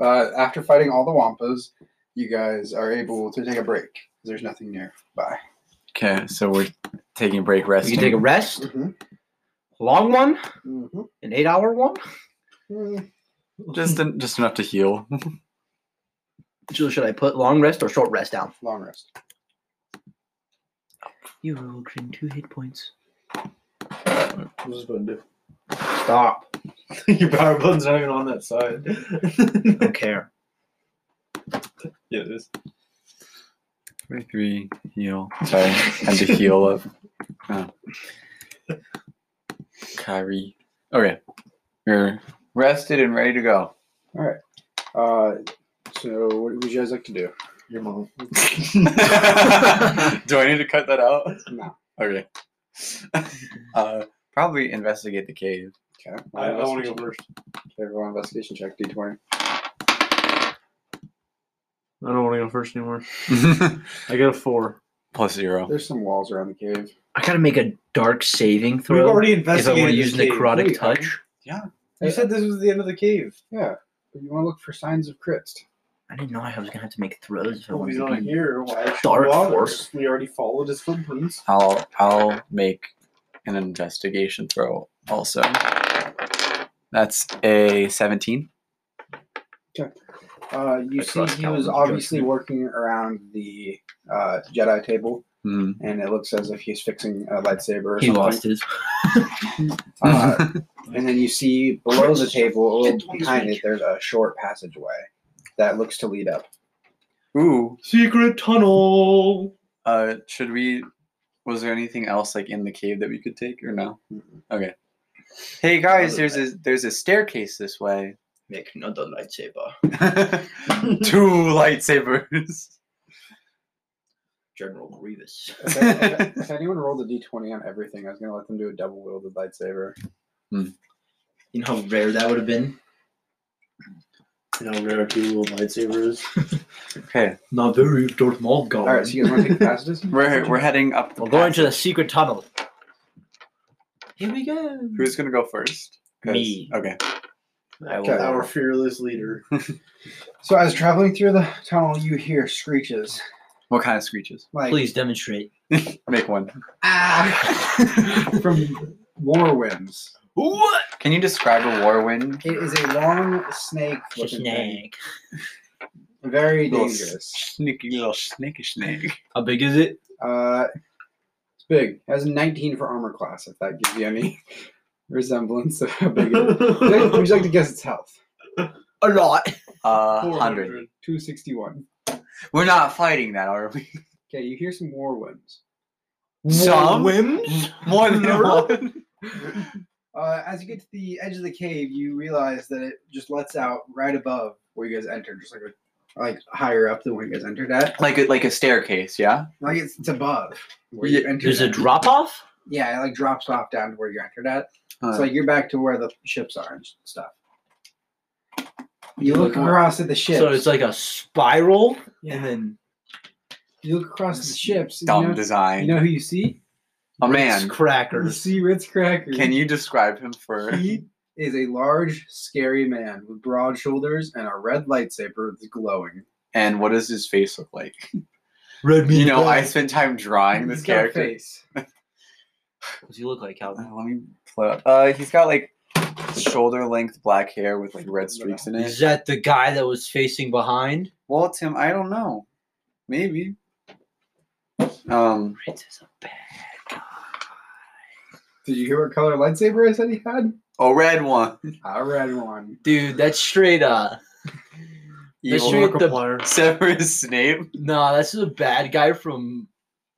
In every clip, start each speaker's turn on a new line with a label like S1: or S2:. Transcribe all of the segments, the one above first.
S1: Uh, after fighting all the Wampas, you guys are able to take a break. 'cause There's nothing nearby.
S2: Okay, so we're taking a break,
S3: We
S2: resting.
S3: can take a rest,
S4: Mm-hmm.
S3: long one,
S1: Mm-hmm.
S3: an eight hour one.
S1: hmm
S2: just en- just enough to heal.
S3: So should I put long rest or short rest down?
S1: Long rest.
S3: You rolled in two hit points.
S4: I'm just gonna do.
S3: Stop.
S4: Your power button's not even on that side.
S3: I don't care.
S4: yeah, it is.
S2: Three, three, heal. Sorry, had to heal up. Oh. Kyrie. Okay, you're rested and ready to go.
S1: All right. Uh, so, what would you guys like to do?
S4: Your mom.
S2: Do I need to cut that out?
S1: No.
S2: Okay. Uh, probably investigate the cave.
S1: Okay.
S4: I, I want to go first.
S1: Everyone, investigation check D20.
S4: I don't want to go first anymore.
S2: Plus
S4: I got a four.
S2: zero.
S1: There's some walls around the cave.
S3: I gotta make a dark saving throw. if I want to use necrotic
S1: Wait,
S3: touch.
S4: You said this was the end of the cave.
S1: Yeah. But Uh, you want to look for signs of crits.
S3: I didn't know I was gonna have to make throws if I
S4: Well,
S3: wanted
S4: he's
S3: to
S4: not
S3: be.
S4: here. Why should
S3: Dark
S4: we bother?
S3: force.
S4: We already followed his footprints.
S2: I'll I'll make an investigation throw also. That's a seventeen.
S1: Uh, you
S3: I
S1: see,
S3: trust
S1: he was
S3: Calvin's
S1: obviously
S3: judgment.
S1: working around the uh, Jedi table,
S2: Hmm.
S1: and it looks as if he's fixing a lightsaber. Or
S3: He
S1: something.
S3: lost his.
S1: Uh, and then you see below the table, a little behind it, there's a short passageway that looks to lead up.
S2: Ooh.
S4: Secret tunnel.
S2: Uh, should we? Was there anything else like in the cave that we could take or no? Okay. Hey guys, there's a there's a staircase this way.
S3: Make another lightsaber.
S2: Two lightsabers.
S3: General Grievous.
S1: If, if- if anyone rolled a d20 on everything, I was going to let them do a double wielded lightsaber.
S3: You know how rare that would have been?
S4: You know, rare two little lightsabers.
S2: Okay,
S3: Not very normal
S1: All right, so you guys want to take the passages?
S2: we're we're heading up. The
S3: We're going to the
S2: passage.
S3: secret tunnel. Here we go.
S2: Who's gonna go first? 'Cause-
S3: Me.
S2: Okay.
S3: I will-
S1: Okay.
S4: Our fearless leader.
S1: So as traveling through the tunnel, you hear screeches.
S2: What kind of screeches?
S1: Like,
S3: Please demonstrate.
S2: Make one.
S1: ah, from war winds.
S3: What?
S2: Can you describe a war wind?
S1: It is a long snake looking thing.
S3: Snake.
S1: Very
S2: Little
S1: dangerous.
S2: Sneaky little snaky snake.
S3: How big is it?
S1: Uh, it's big. It has a 19 for armor class, if that gives you any resemblance of how big it is. Would you like- would you like to guess its health?
S3: A lot.
S2: Uh, 100.
S4: 400.
S1: 261.
S2: We're not fighting that, are we?
S1: Okay, you hear some war winds.
S2: Some?
S3: Whims?
S2: More than
S3: Really?
S2: one.
S1: Uh, as you get to the edge of the cave, you realize that it just lets out right above where you guys entered, just like a, like higher up than where you guys entered at.
S2: Like a, like a staircase, yeah?
S1: Like it's, it's above where you
S2: Yeah,
S1: entered.
S3: There's a
S1: at.
S3: drop off?
S1: yeah, it like drops off down to where you entered at.
S2: Uh,
S1: So like you're back to where the ships are and stuff. You
S3: Look
S1: look
S3: up.
S1: across at the ships.
S3: So it's like a spiral
S1: Yeah.
S3: and then
S1: you look across at the ships. and
S2: dumb
S1: you, know,
S2: design.
S1: you know who you see?
S2: a
S3: Ritz
S2: man.
S1: You
S3: crackers.
S1: see Ritz Cracker.
S2: Can you describe him for.
S1: He is a large, scary man with broad shoulders and a red lightsaber that's glowing.
S2: And what does his face look like?
S3: Red
S2: You
S3: meat
S2: know, I
S3: pie.
S2: spent time drawing this
S1: He's got a
S2: character.
S1: face.
S3: Does he look like
S2: Uh,
S3: Calvin?
S2: Let me pull it up. Uh, he's got like shoulder length black hair with like red streaks in
S3: Is
S2: it.
S3: that the guy that was facing behind?
S2: Well, Tim, I don't know. Maybe. Um,
S3: Ritz is a bad guy.
S1: Did you hear what color lightsaber I said he had?
S2: a red one.
S1: A red one.
S3: Dude, that's straight up. That's
S2: Evil.
S3: straight the,
S4: Markiplier.
S2: Severus Snape.
S3: nah, that's the bad guy from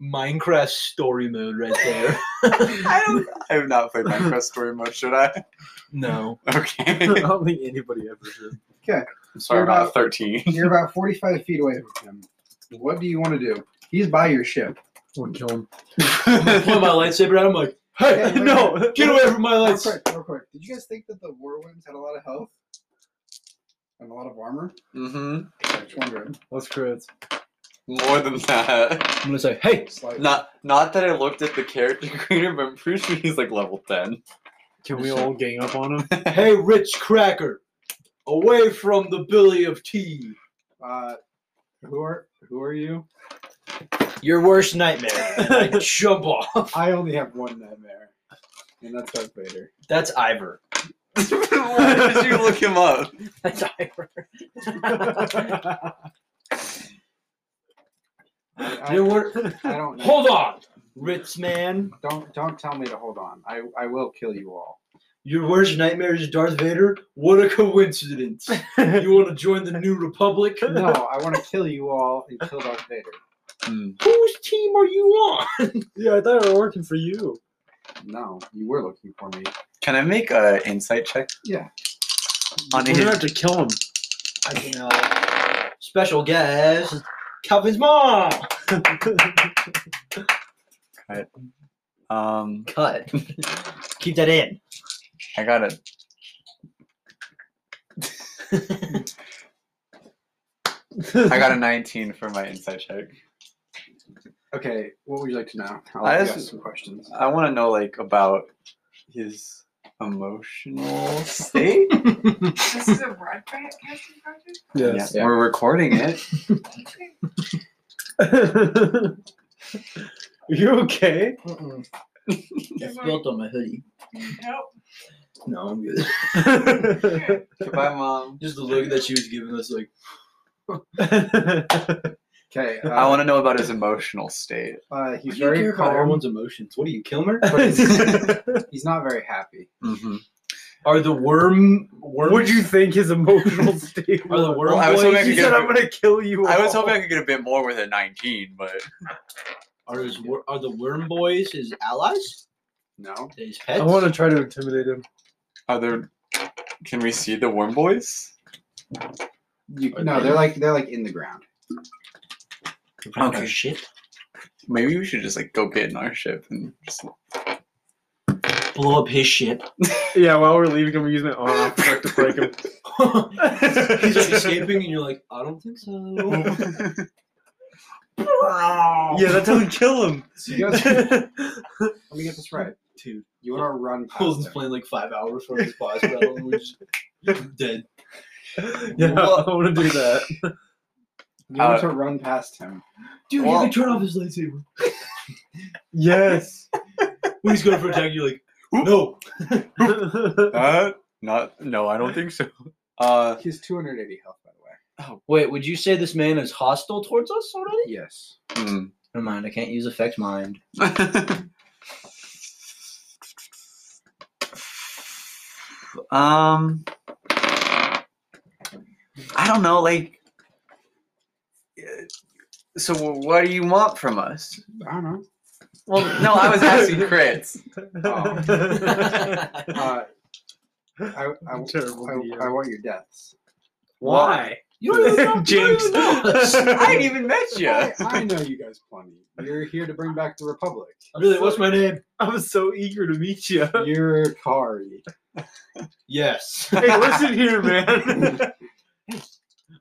S3: Minecraft story mode right there.
S2: I don't. I have not played Minecraft story mode. Should I?
S3: no.
S2: Okay.
S4: I don't think anybody ever did.
S2: I'm sorry
S1: You're
S2: about
S1: about-
S2: thirteen.
S1: You're about 45 feet away from him. What do you want to do? He's by your ship.
S4: One kill him.
S3: I point my lightsaber at him like, hey,
S1: Yeah,
S3: no,
S1: wait.
S3: get away from my
S1: Real
S3: lights.
S1: quick, real quick. Did you guys think that the war winds had a lot of health? And a lot of armor?
S2: mm-hmm.
S1: I was wondering.
S4: That's crits.
S2: More than that.
S3: I'm gonna say, hey,
S1: Slightly.
S2: Not. Not that I looked at the character creator, but I'm pretty sure he's like level ten.
S4: Can we all gang up on him?
S3: hey, Rich Cracker, Away from the billy of tea.
S1: Uh, who are who are you?
S5: Your worst nightmare.
S3: I jump off.
S1: I only have one nightmare, and that's Darth Vader.
S5: That's Ivor.
S2: Why did you look him up?
S5: That's Ivor.
S1: I,
S5: Your wor-
S1: I don't know.
S5: Hold on, Ritz man.
S1: Don't don't tell me to hold on. I, I will kill you all.
S3: Your worst nightmare is Darth Vader? What a coincidence. you want to join the New Republic?
S1: No, I want to kill you all and kill Darth Vader.
S2: Hmm.
S3: Whose team are you on?
S4: Yeah, I thought we were working for you.
S1: No, you were looking for me.
S2: Can I make a insight check
S1: Yeah.
S2: on
S4: We're gonna
S2: his?
S4: have to kill him.
S5: I can uh, special guest Calvin's mom.
S2: Um,
S5: Cut. Keep that in.
S2: I got it. I got a 19 for my insight check.
S1: Okay, what would you like to know? I'll
S2: I
S1: ask
S2: just-
S1: you some questions.
S2: I want to know like about his emotional state.
S6: This is a red bat casting project?
S4: Yes.
S2: We're recording it.
S6: Okay.
S4: Are you okay?
S5: It's built on my hoodie.
S6: Nope.
S5: No, I'm good.
S6: Okay.
S2: Goodbye, mom.
S3: Just the look that she was giving us, like,
S1: Okay, uh,
S2: I want to know about his emotional state.
S1: uh,
S3: you
S1: he's very
S3: care about
S1: calm,
S3: everyone's emotions. What are you, Kilmer?
S1: but
S2: Mm-hmm.
S1: he's, he's not very happy.
S3: Are the worm. worm
S4: Would you think his emotional state
S3: Are the
S4: was?
S3: worm
S2: Well, I was
S3: boys-
S2: hoping I
S4: He
S2: could
S4: said, "I'm gonna kill you."
S2: I was
S4: all."
S2: hoping I could get a bit more with a 19, but
S3: Are, his, wor- are the worm boys his allies?
S1: No,
S5: His pets.
S4: I want to try to intimidate him.
S2: are there? Can we see the worm boys?
S1: you, no, they're like they're like in the ground.
S5: okay. shit.
S2: Maybe we should just like go get in our ship and just.
S5: Blow up his ship.
S4: Yeah, while we're leaving him, we use my arm like, to break him.
S3: He's like escaping, and you're like, I don't think so.
S4: Yeah, that's how we kill him.
S1: So you guys, let me get this right.
S3: Dude,
S1: You want to run past
S3: Colton's
S1: them.
S3: playing like five hours from his boss battle, and we're just dead.
S4: Yeah,
S2: Well-
S4: I want to do that.
S1: You want
S2: Uh,
S1: to run past him.
S3: Dude,
S2: Well-
S3: you can turn off his lightsaber.
S4: Yes.
S3: When he's going for attack, you're like, no.
S2: uh, not. No, I don't think so. Uh,
S1: He's 280 health, by the way.
S5: Wait, would you say this man is hostile towards us already?
S1: Yes.
S2: hmm.
S5: Never mind. I can't use effect mind.
S2: um, I don't know. Like, uh, so wh- what do you want from us?
S1: I don't know.
S2: Well, no, I was asking Oh. crits.
S1: Uh, I, I, I,
S4: Terrible.
S1: I want your deaths.
S4: Why?
S5: You don't even know. you don't
S4: Jinx.
S5: even know us.
S2: I ain't even met you.
S1: I, I know you guys plenty. You're here to bring back the Republic.
S3: Really, what's my name?
S4: I was so eager to meet you.
S1: You're Kari.
S3: Yes.
S4: hey, listen here, man.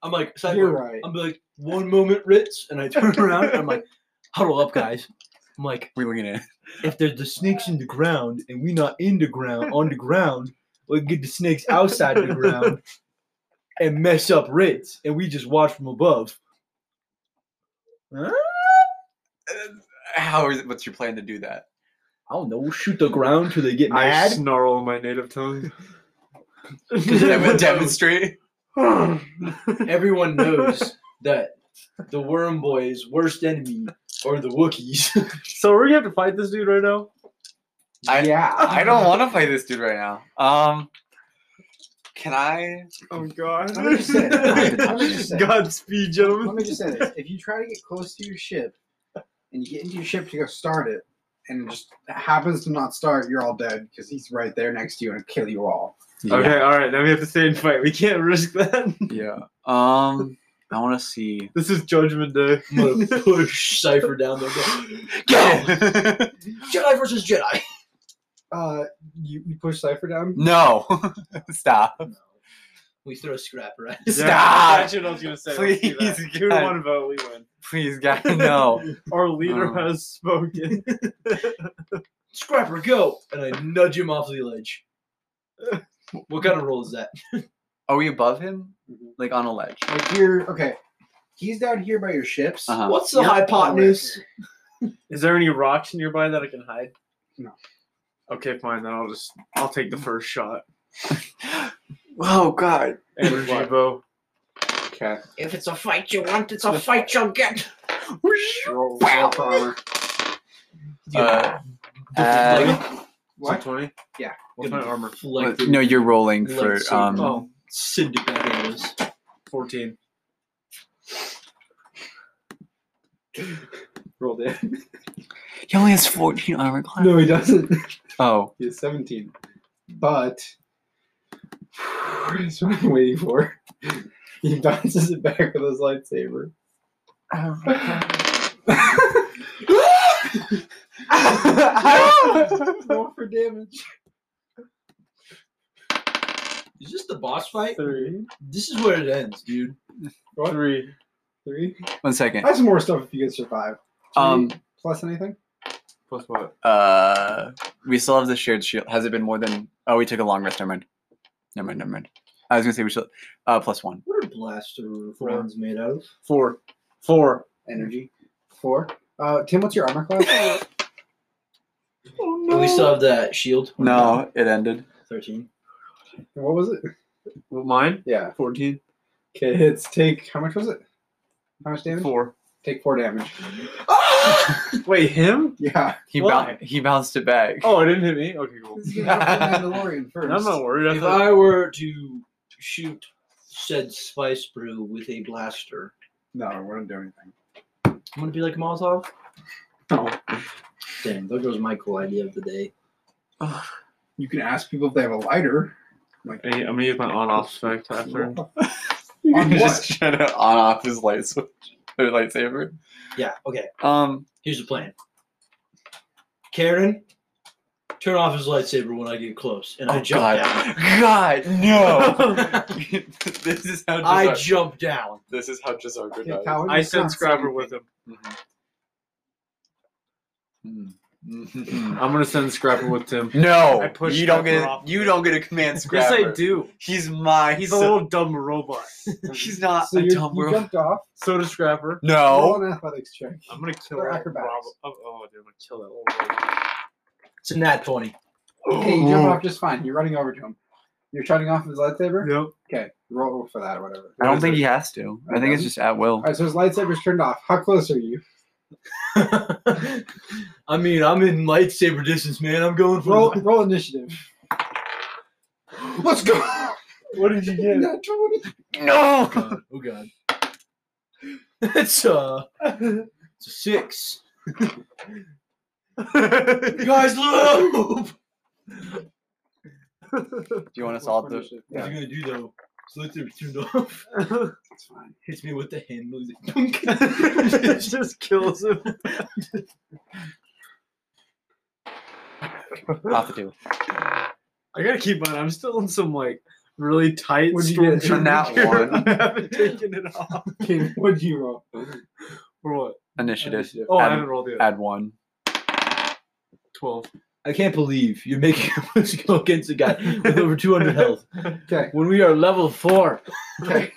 S3: I'm like,
S1: You're
S3: sidebar.
S1: right.
S3: I'm like, one moment, Ritz, and I turn around, and I'm like, huddle up, guys. I'm like,
S2: We were gonna.
S3: if there's the snakes in the ground and we not in the ground on the ground, we get the snakes outside the ground and mess up Ritz, and we just watch from above.
S2: How is it? What's your plan to do that?
S3: I don't know, shoot the ground till they get
S4: I
S3: mad.
S4: snarl in my native tongue.
S2: Dem- demonstrate.
S3: Everyone knows that the Worm Boy's worst enemy are the Wookiees.
S4: so we're gonna have to fight this dude right now.
S2: I-
S1: yeah.
S2: I don't want to play this dude right now. Um, can I?
S4: Oh god.
S1: Let me just say it. Let me just say it.
S4: Godspeed,
S1: Let
S4: gentlemen.
S1: me just say this. If you try to get close to your ship and you get into your ship to go start it and it just happens to not start, you're all dead because he's right there next to you and kill you all.
S4: Okay, all right. Now we have to stay and fight. We can't risk that.
S2: Yeah. Um, I want to see.
S4: This is Judgment Day.
S3: I'm gonna push Cypher down there. and go, Jedi versus Jedi.
S1: Uh, you, you push Cypher down?
S2: no, stop.
S3: We throw Scrapper at
S2: Stop.
S4: that's what I was gonna say. Let's do that.
S2: Please,
S4: Give it
S2: God.
S4: one vote, we win.
S2: Please, God, no.
S4: Our leader
S2: Um.
S4: has spoken.
S3: Scrapper, go! And I nudge him off the ledge. What kind of roll is that?
S2: Are we above him?
S1: Mhm.
S2: Like on a ledge?
S1: Like here, okay. He's down here by your ships.
S2: Uh-huh.
S3: What's the
S1: You're not
S3: hypotenuse?
S4: Is there any rocks nearby that I can hide?
S1: No.
S4: Okay, fine. Then I'll just I'll take the first shot.
S2: Oh God!
S4: Energy bow. Okay.
S3: If it's a fight you want, it's a fight you'll get.
S4: Roll,
S3: Wow.
S4: roll armor.
S2: Uh, add-
S1: What?
S4: Twenty.
S1: Yeah.
S4: What's my armor?
S3: Like
S2: no, you're rolling for
S3: Let's see.
S2: um.
S4: Oh,
S3: Cinderella is.
S4: 14.
S1: Rolled it.
S2: He only has 14 armor class.
S1: No, he doesn't.
S2: Oh,
S1: He has 17. But that's what I'm waiting for. He bounces it back with his lightsaber. Roll for damage.
S3: Is this the boss fight?
S1: Three.
S3: This is where it ends, dude.
S4: Three.
S1: Three.
S2: one
S1: I
S2: second.
S1: have some more stuff if you guys survive. Three
S2: Um,
S1: plus anything?
S4: Plus what?
S2: uh, we still have the shared shield. Has it been more than? Oh, we took a long rest. Never mind. Never mind. Never mind. I was gonna say we should. Uh, plus one.
S3: What are blaster rounds made out of?
S4: Four. Four.
S1: Energy. Four. Uh, Tim, what's your armor class?
S3: Do we still have that shield?
S2: No, it ended.
S3: 13.
S1: what was it?
S4: Well, mine?
S1: Yeah.
S4: 14.
S1: Okay, it's take. How much was it? How much damage?
S4: Four.
S1: Take four damage.
S4: Wait, him?
S1: Yeah.
S2: He
S4: Why?
S2: bou- he bounced it back.
S4: Oh, it didn't hit me? Okay, cool.
S1: This is gonna help the Mandalorian first.
S4: I'm not worried. I
S3: If
S4: thought,
S3: I were to shoot said spice brew with a blaster,
S1: No, I wouldn't do anything.
S3: I'm gonna be like Molotov.
S1: No.
S3: Damn, there goes my cool idea of the day.
S1: You can ask people if they have a lighter. Like,
S4: Hey, I'm gonna use my on off effect after.
S2: You
S1: On
S2: can just try to on off his light switch or lightsaber.
S3: Yeah, okay.
S2: Um,
S3: Here's the plan. Karen, turn off his lightsaber when I get close, and I
S2: oh
S3: jump
S2: God,
S3: down.
S2: God, no! this is how
S3: I
S2: Jazar-
S3: jump down.
S2: this is how Jazargo
S1: Okay,
S2: dies.
S1: Coward,
S4: I
S1: it's not
S4: sent Scrabber with him.
S2: Mhm.
S4: I'm gonna send Scrapper with Tim.
S2: No,
S4: I pushed
S2: you don't
S4: Scrapper
S2: get a,
S4: off.
S2: you don't get a command
S4: Yes,
S2: scrapper.
S4: I do.
S2: He's my
S4: He's a
S2: son.
S4: little dumb robot.
S2: He's
S1: something.
S2: not
S1: So
S2: a
S1: you
S2: dumb
S1: you
S2: world.
S1: jumped off.
S4: So does Scrapper.
S1: Roll
S2: No,
S1: an athletics check.
S4: I'm gonna kill
S1: Or
S4: that
S1: acrobatics.
S4: robot. Oh, oh, dude, I'm gonna kill that little robot.
S3: It's a nat 20.
S1: Okay, you jump off just fine. You're running over to him. You're shutting off his lightsaber?
S4: Yep.
S1: Okay, roll for that or whatever.
S2: I don't think he has to. I think it's just at will.
S1: Alright, so his lightsaber's turned off. How close are you?
S3: I mean, I'm in lightsaber distance, man. I'm going for
S1: Roll roll initiative. Let's go!
S4: What did you get?
S1: Nat 20.
S2: No.
S3: God. Oh god. It's uh it's a six. guys look
S2: Do you want to solve the?
S3: What are
S1: Yeah,
S3: you gonna do though? So lightsaber turned off.
S1: it's fine.
S3: Hits me with the hand moves it.
S4: it just kills him.
S2: Off the table.
S4: I gotta keep mine. I'm still in some like really tight
S1: What'd you get?
S4: stormtrooper
S2: Not
S4: gear.
S2: one.
S4: I haven't taken it off.
S1: Okay, what'd you roll?
S4: Or what?
S2: Initiative.
S4: Oh, I
S2: add,
S4: haven't rolled yet.
S2: add one.
S4: Twelve.
S3: I can't believe you're making us go against a guy with over 200 health
S1: Okay,
S3: when we are level four.
S1: okay.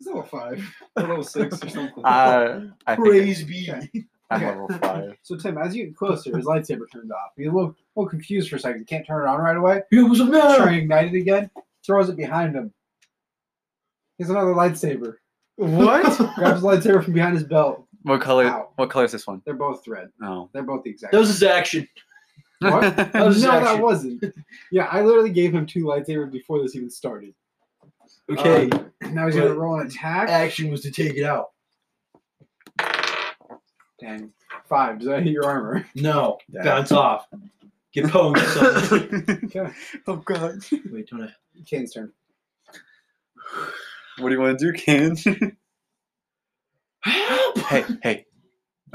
S1: It's level five. Or level six or something.
S2: Uh, I think
S3: Praise be.
S1: Okay.
S2: I'm
S1: okay.
S2: level five.
S1: So Tim, as you get closer, his lightsaber turns off. He's a little, little confused for a second. Can't turn it on right away.
S3: It was a
S1: Try
S3: man.
S1: and ignite it again. Throws it behind him. He's another lightsaber.
S4: What?
S1: Grabs his lightsaber from behind his belt.
S2: What color?
S1: Ow.
S2: What color is this one?
S1: They're both red.
S2: Oh.
S1: They're both the exact.
S3: That was his action.
S1: What? Oh,
S3: That was his
S1: no, that
S3: action.
S1: wasn't. Yeah, I literally gave him two lightsabers before this even started.
S3: Okay.
S1: Um, now he's gonna roll an attack.
S3: action was to take it out.
S1: And five. Does that hit your armor?
S3: No.
S1: Yeah.
S3: Bounce off. Get pwned or something.
S1: Okay.
S2: oh God.
S3: Wait, don't I?
S1: Kane's turn.
S2: What do you want to do, Kanan? hey, hey.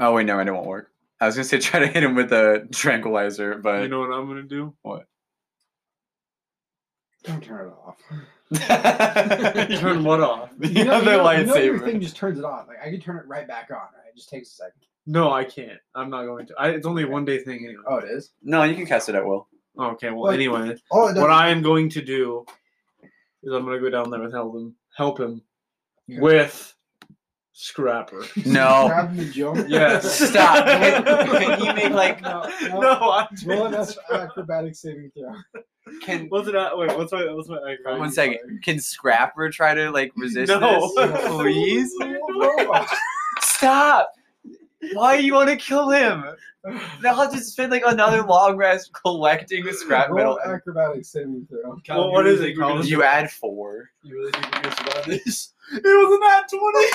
S2: Oh wait, no, it won't work. I was gonna say try to hit him with a tranquilizer, but
S4: you know what I'm gonna do?
S1: Don't turn it off.
S4: Turn what off?
S2: the
S1: You know- you
S2: other
S1: know- you know your
S2: lightsaber.
S1: thing just turns it off. Like I can turn it right back on. Right? It just takes a second.
S4: No, I can't. I'm not going to. I, it's only a one day thing anyway.
S1: Oh, it is.
S2: no, you can cast it at will.
S4: Okay, well,
S1: What?
S4: anyway,
S1: Oh, it does.
S4: what I am going to do
S7: is I'm gonna go down there and help him. Help him
S1: Yeah.
S7: with Scrapper.
S2: No.
S1: Grab the jump.
S7: Yes.
S2: Stop. Can, can he make like
S1: No, no.
S7: No, I'm
S1: Roll an ac- acrobatic saving throw.
S2: can
S7: What's it at? Wait, what's my what's my icon?
S2: one second. Can Scrapper try to like resist
S7: No.
S2: this? Please?
S1: Roll.
S2: Stop! Why you wanna kill him? Now I'll just spend like another long rest collecting the scrap metal.
S1: Roll acrobatic saving throw.
S7: Well, what is it, Colin?
S2: You add four.
S7: You really think we're gonna survive this? It was not twenty.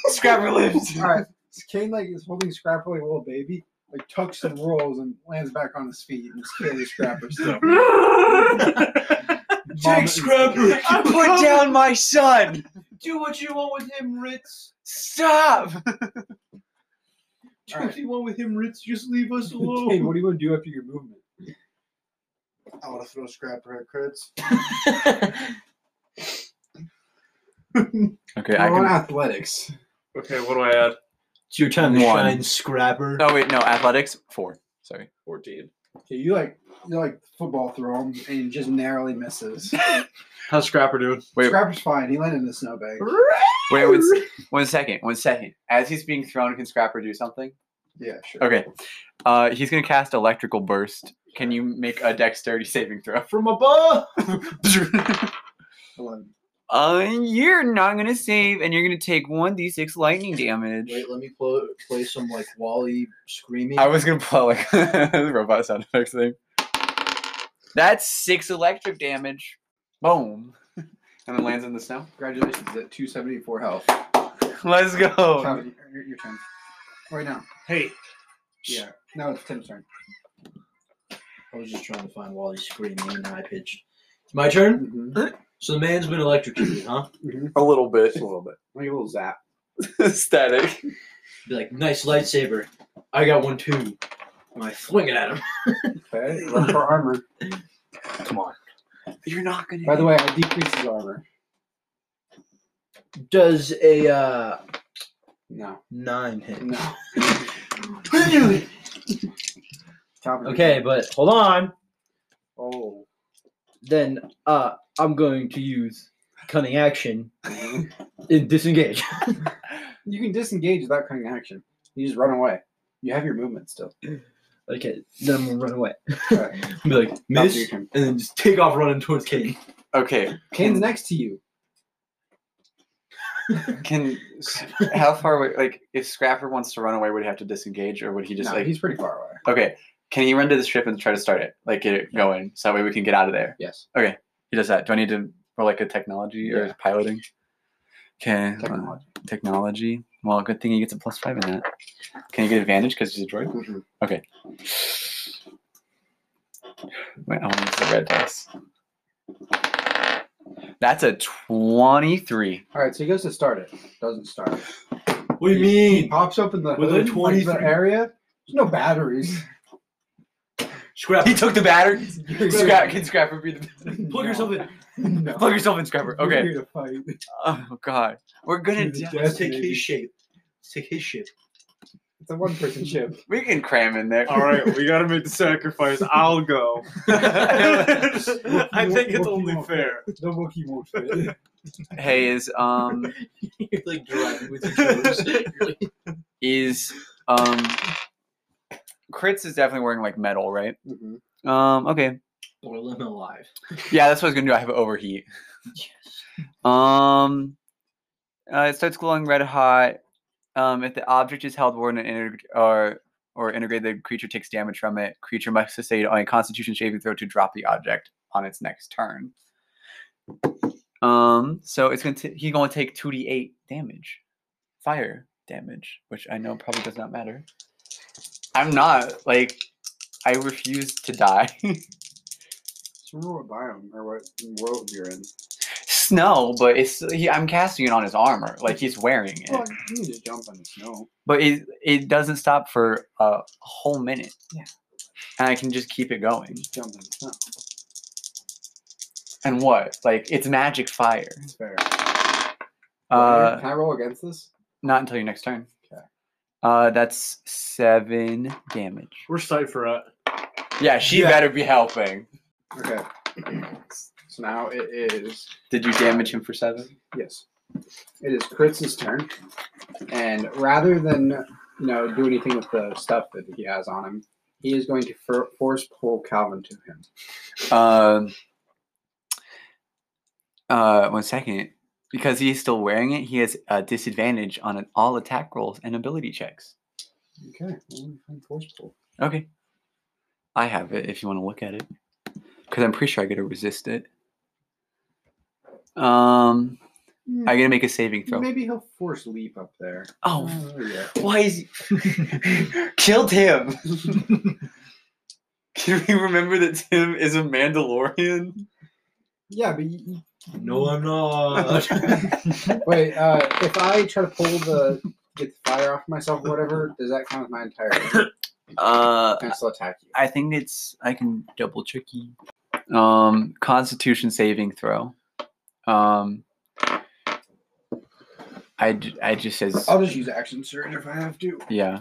S2: Scrapper lives.
S1: All right. Kane like is holding Scrapper like a little baby, like tucks and rolls and lands back on his feet and is carrying Scrapper still. Mom-
S7: Scrapper.
S2: You put down my son!
S3: Do what you want with him, Ritz.
S2: Stop!
S1: Do what
S7: you want with him, Ritz? Just leave us
S1: Kane, what do you want to do after your movement?
S4: I want to throw Scrapper at crits.
S2: Okay, I
S1: Roll an
S2: can.
S1: athletics.
S7: Okay, what do I add?
S8: It's your time to
S2: One.
S8: shine, Scrapper.
S2: Oh, wait, no, athletics? Four. Sorry.
S7: Fourteen.
S1: Okay, you like you like football throw him and he just narrowly misses.
S7: How's Scrapper doing?
S2: Wait.
S1: Scrapper's fine. He landed in the snowbank.
S2: Wait, one, s- one second, one second. As he's being thrown, can Scrapper do something?
S1: Yeah, sure.
S2: Okay. Uh, he's gonna cast Electrical Burst. Can you make a Dexterity saving throw?
S7: From above.
S1: Eleven.
S2: Uh, you're not gonna save, and you're gonna take one d6 lightning damage.
S3: Wait, let me pl- play some like Wally screaming.
S2: I was gonna play like the robot sound effects thing. That's six electric damage. Boom. And then lands in the snow.
S1: Congratulations at two seventy four health.
S2: Let's go.
S1: Tommy, your, your turn. Right now.
S7: Hey.
S1: Yeah. No, it's Tim's turn.
S3: I was just trying to find Wally screaming and high pitched. It's my turn.
S1: Mm-hmm.
S3: So the man's been electrocuted, huh?
S2: A little bit.
S1: a little bit. Like a little zap.
S2: Static.
S3: Be like, nice lightsaber. I got one too. And I swing it at him.
S1: Okay. Roll for armor.
S3: Come on.
S2: You're not gonna.
S1: By the way, I decrease his armor.
S3: Does a uh,
S1: No.
S3: nine hit?
S1: No. Tommy.
S3: Okay, but hold on.
S1: Oh.
S3: Then uh, I'm going to use cunning action and disengage.
S1: You can disengage without cutting action. You just run away. You have your movement still.
S3: okay, then I'm gonna run away.
S1: Okay.
S3: Be like,
S1: Tom's your
S3: miss,
S1: turn.
S3: and then just take off running towards Kane.
S2: Okay.
S1: Kane's next to you.
S2: Can s- how far away? Like, if Scrapper wants to run away, would he have to disengage, or would he just
S1: no,
S2: like?
S1: he's pretty far away.
S2: Okay. Can he run to the ship and try to start it? Like, get it going, so that way we can get out of there.
S1: Yes.
S2: He does that. Do I need to for like a technology or
S1: Yeah.
S2: piloting? Okay. uh,
S1: Technology.
S2: technology. Well, good thing he gets a plus five in that. Can he get advantage because he's a droid?
S1: Mhm.
S2: Okay. Wait, I want to use the red dice. That's a twenty-three.
S1: All right, so he goes to start it. Doesn't start. It.
S8: What do you
S1: He
S8: mean?
S1: pops up in the
S8: With a
S1: hood, like,
S8: 23.
S1: the area. There's no batteries.
S8: Scrapper.
S2: He took the batteries. Scrap,
S1: Scrap-
S2: can Scrapper be the
S8: Plug
S1: No.
S8: yourself in.
S1: No.
S2: plug yourself in Scrapper?
S1: You're
S2: Okay.
S1: here to fight.
S2: Oh God, we're gonna.
S1: You're the
S2: die.
S1: death baby.
S3: shape. Let's take his shape.
S1: It's a one-person ship.
S2: We can cram in there.
S7: All right, we gotta make the sacrifice. I'll go. I think it's only fair.
S1: The Wookiee won't fit.
S2: hey, is um
S3: You're like driving with your toes. You're like,
S2: is um crits is definitely wearing like metal, right?
S1: Mhm.
S2: Um, okay.
S3: boil him alive.
S2: Yeah, that's what I was gonna do. I have overheat. Um, uh, it starts glowing red hot. Um, if the object is held warm and inter- or or integrated, the creature takes damage from it. Creature must succeed on a Constitution saving throw to drop the object on its next turn. Um, so it's gonna t- he's gonna take two d eight damage, fire damage, which I know probably does not matter. I'm not like I refuse to die.
S1: So remember what biome or what world you're in.
S2: snow, but it's he, I'm casting it on his armor, like he's wearing it.
S1: Well, you can just jump on the snow.
S2: but it it doesn't stop for a whole minute.
S1: Yeah.
S2: And I can just keep it going.
S1: Just jump on the snow.
S2: And what? Like it's magic fire.
S1: It's fair.
S2: Uh,
S1: Can I roll against this?
S2: not until your next turn.
S1: Okay.
S2: Uh, that's seven damage.
S7: We're psyched for it.
S2: Yeah, she
S8: Yeah.
S2: better be helping.
S1: Okay. So now it is
S2: Did you damage him for seven?
S1: Yes. It is Kritz's turn. And rather than, you know, do anything with the stuff that he has on him, he is going to for- force pull Calvin to him.
S2: Um. Uh, one second. Because he is still wearing it, he has a disadvantage on an- all attack rolls and ability checks.
S1: Okay. well, I'm Force pull.
S2: Okay. I have it if you want to look at it. Because I'm pretty sure I get to resist it. Um, I get to make a saving throw.
S1: Maybe he'll force leap up there.
S2: Oh,
S1: Oh, yeah.
S2: why is he... killed him? Can we remember that Tim is a Mandalorian?
S1: Yeah, but you,
S8: No, I'm not.
S1: wait. Uh, if I try to pull the get the fire off myself, or whatever, does that count as my entire? Can
S2: Uh,
S1: I still attack you?
S2: I think it's I can double check you. Um, Constitution saving throw. Um, I j- I just says
S1: I'll just use action surge if I have to.
S2: yeah.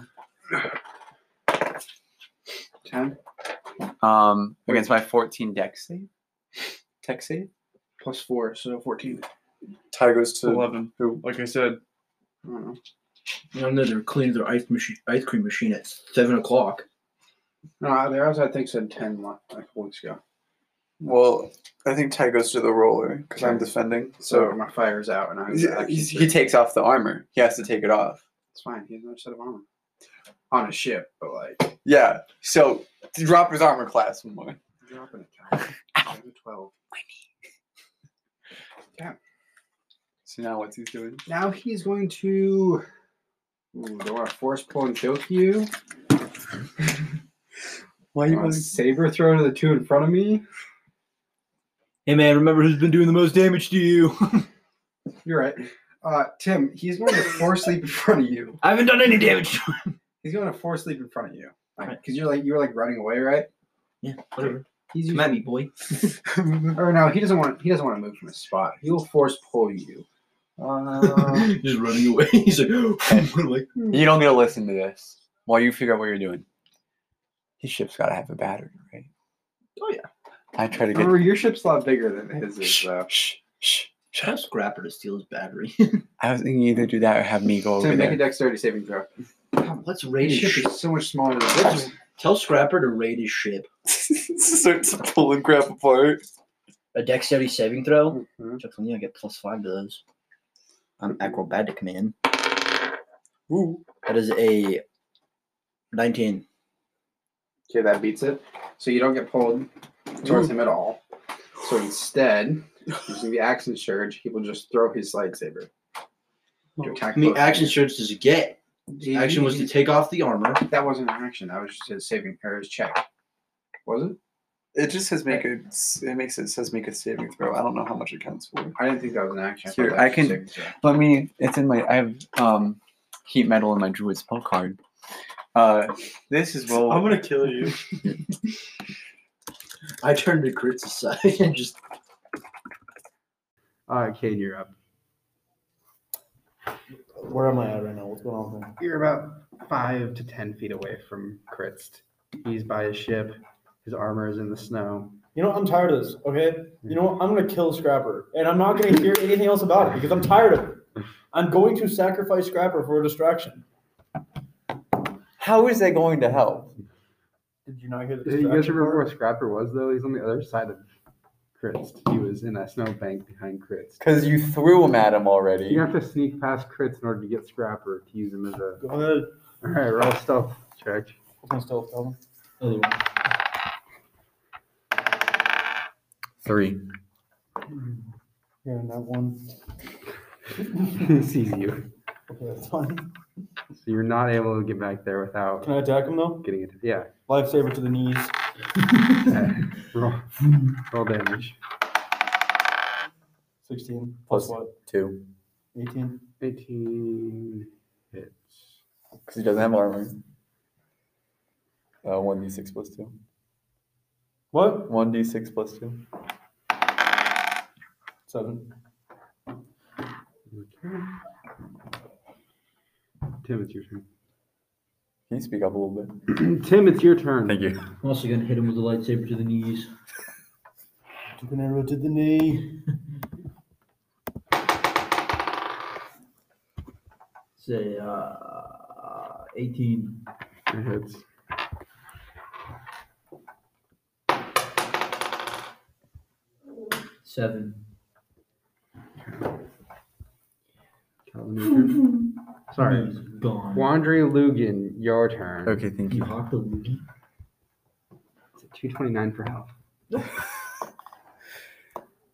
S1: Ten
S2: Um, against my 14 dex save. Dex save.
S1: plus four, so fourteen.
S7: Tie goes to
S2: Eleven.
S7: Who, like I said,
S1: I don't know.
S3: I know they're cleaning their ice machine, ice cream machine at seven o'clock.
S1: No, there was I think said ten like a couple weeks ago.
S7: well, I think Ty goes to the roller because I'm defending.
S1: So
S7: So
S1: my fire's out, and I have
S2: Yeah,
S1: action
S2: he's-
S1: surge.
S2: he takes off the armor. He has to take it off.
S1: It's fine. He has another set of armor on a ship, but like
S2: Yeah. So drop his armor class one more.
S1: dropping it. Calvin. Seven to Twelve.
S2: So now what's he doing?
S1: Now he's going to. Ooh, do I want to force pull and choke you?
S2: Why
S1: Do I want to saber throw to the two in front of me?
S8: hey, man, remember who's been doing the most damage to you?
S1: You're right. Uh, Tim, he's going to force leap in front of you.
S8: I haven't done any damage.
S1: He's going to force leap in front of you. Because you're like you were like running away, right?
S3: Yeah, whatever.
S1: He's
S3: Come at me, boy.
S1: or no, he doesn't want he doesn't want to move from his spot. He will force pull you. Uh,
S4: Um,
S8: Just running away. He's like, I'm like,
S2: You don't need to listen to this while you figure out what you're doing. His ship's got to have a battery, right?
S1: Oh, yeah.
S2: I try to get.
S1: remember, your ship's a lot bigger than his is.
S2: Shh,
S1: Uh,
S2: shh, shh.
S3: Try to scrapper to steal his battery.
S2: I was thinking either do that or have me go over
S1: Tim, make a
S2: there.
S1: dexterity saving throw.
S3: Let's
S1: His
S3: raid his
S1: ship
S3: ship.
S1: is so much smaller than
S3: Let's
S1: this.
S3: tell Scrapper to raid his ship.
S2: Starts pulling crap apart.
S3: A dexterity saving throw.
S1: Mhm.
S3: Chuck, I get plus five to those. I'm acrobatic, man.
S7: Ooh.
S3: That is a 19.
S1: Okay, that beats it. So you don't get pulled towards him at all. So instead, using the action surge, he will just throw his lightsaber. To attack
S3: How many
S1: both
S3: action
S1: of
S3: surge does it get?
S1: you.
S3: The action was to take off the armor.
S1: That wasn't an action. That was just his saving or his check. Was it?
S2: It just says make a. It makes it says make a saving throw. I don't know how much it counts for.
S1: I didn't think that was an action.
S2: Here,
S1: thought that
S2: I
S1: was a
S2: can-
S1: saving throw.
S2: Let me. It's in my. I have um, heat metal in my druid spell card. Uh, this is roll.
S1: Oh,
S7: I'm gonna kill you.
S3: I turned the crits aside and just.
S1: All right, Kane, you're up.
S4: Where am I at right now? What's going on? man?
S1: You're about five to ten feet away from Kritz. He's by his ship. His armor is in the snow.
S4: You know what? I'm tired of this. Okay. You know what? I'm gonna kill Scrapper, and I'm not gonna hear anything else about it because I'm tired of it. I'm going to sacrifice Scrapper for a distraction.
S2: How is that going to help?
S4: Did you not hear the
S9: Do you guys
S4: distraction?
S9: remember
S4: part?
S9: where Scrapper was though? He's on the other side of Kritz. He was in a snowbank behind Kritz.
S2: Because you threw him at him already.
S9: You have to sneak past Kritz in order to get Scrapper to use him as a.
S4: Go ahead.
S9: All right, roll stealth check.
S4: What's my stealth, Calvin?
S3: Other one.
S2: Three.
S4: Yeah, and that one.
S9: he sees you,
S4: Okay, that's fine.
S9: so you're not able to get back there without
S4: Can I attack him though?
S9: getting it. Yeah,
S4: Lifesaver to the knees.
S9: Okay. roll, roll damage.
S4: 16 plus,
S2: Plus
S4: what?
S2: Two.
S4: 18.
S9: 18 hits.
S2: Because he doesn't have armor. Uh, 1d6 plus 2.
S4: What?
S2: 1d6 plus 2.
S4: 7.
S9: Okay. Tim, it's your
S2: Can you speak up a little bit?
S9: turn. Tim, it's your turn.
S2: you.
S3: I'm also going to hit him with the lightsaber to the knees.
S4: Took an arrow to the knee.
S3: Say uh, 18.
S9: It hits.
S3: Seven.
S9: Calvin Euchre. Sorry.
S3: He's Gone.
S9: Quandary Lugan, your turn.
S2: Okay, thank
S3: You
S2: you.
S3: hawked a loogie?
S9: It's at 229 for health.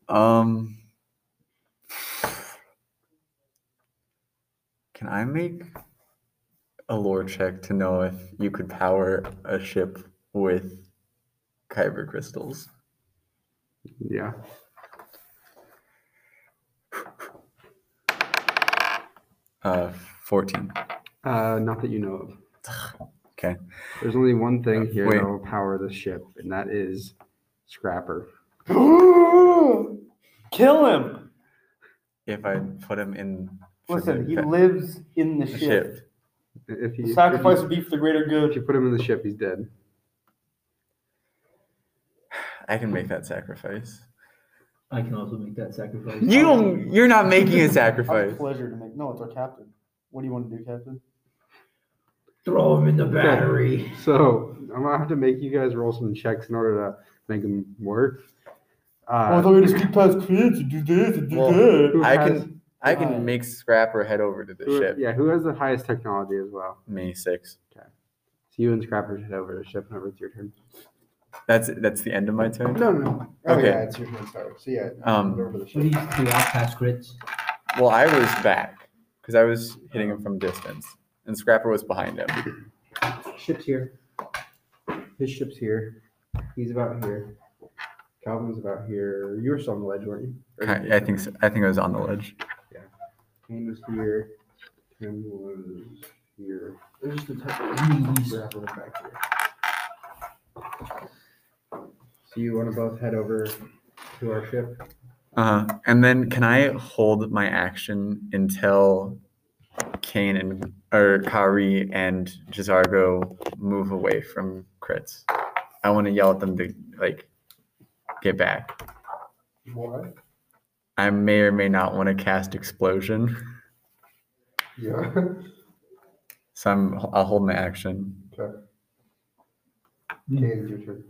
S2: Um, can I make a lore check to know if you could power a ship with kyber crystals?
S9: Yeah.
S2: Uh, fourteen.
S9: Uh, not that you know of.
S2: Okay.
S9: There's only one
S2: Uh,
S9: thing here
S2: wait.
S9: that will power the ship, and that is Scrapper.
S4: Kill him.
S2: If I put him in. for
S4: Listen,
S2: the
S4: he
S2: fa-
S4: lives in the
S2: the
S4: ship.
S2: ship.
S9: If
S4: The
S9: he
S4: Sacrifice
S9: If
S4: would be for the greater
S9: you, if you
S4: good.
S9: put him in the ship, he's dead.
S2: I can make that sacrifice.
S3: I can also make that sacrifice.
S2: You don't. You're not making a
S4: What a
S2: sacrifice.
S4: pleasure to make. No, it's our captain. What do you want to do, Captain?
S3: throw him in the
S9: battery. So I'm gonna have to make you guys roll some checks in order to make him work.
S4: oh, I
S9: Uh,
S4: thought we just keep past kids and do this and do
S2: Well,
S4: that.
S9: who
S2: I
S9: has-
S2: can. I
S4: Uh,
S2: can make Scrapper head over to the
S9: who-
S2: ship.
S9: Yeah, who has the highest technology as well?
S2: Me six.
S9: So you and Scrapper head over to the ship whenever it's your turn.
S2: That's that's the end of my turn.
S9: No, no.
S2: Oh, Okay. yeah,
S9: it's your turn. Sorry. So yeah.
S2: Um, head
S9: the
S3: What do you do out past crits?
S2: Well, I was back because I was hitting him from distance, and Scrapper was behind him.
S9: Ship's here. His ship's here. He's about here. Calvin's about here. You were still on the ledge, weren't you? Or-
S2: I, I think so. I think I was on the ledge.
S9: Kane was here. Tim was here. There's just a touch.
S3: He's-
S9: Grappling back here. So you want to both head over to our ship?
S2: Uh, and then can I hold my action until Kane and or Kari and Jazargo move away from crits? I want to yell at them to like get back.
S9: What?
S2: I may or may not want to cast explosion,
S9: Yeah.
S2: so I'm I'll hold my action.
S9: Kane's your turn.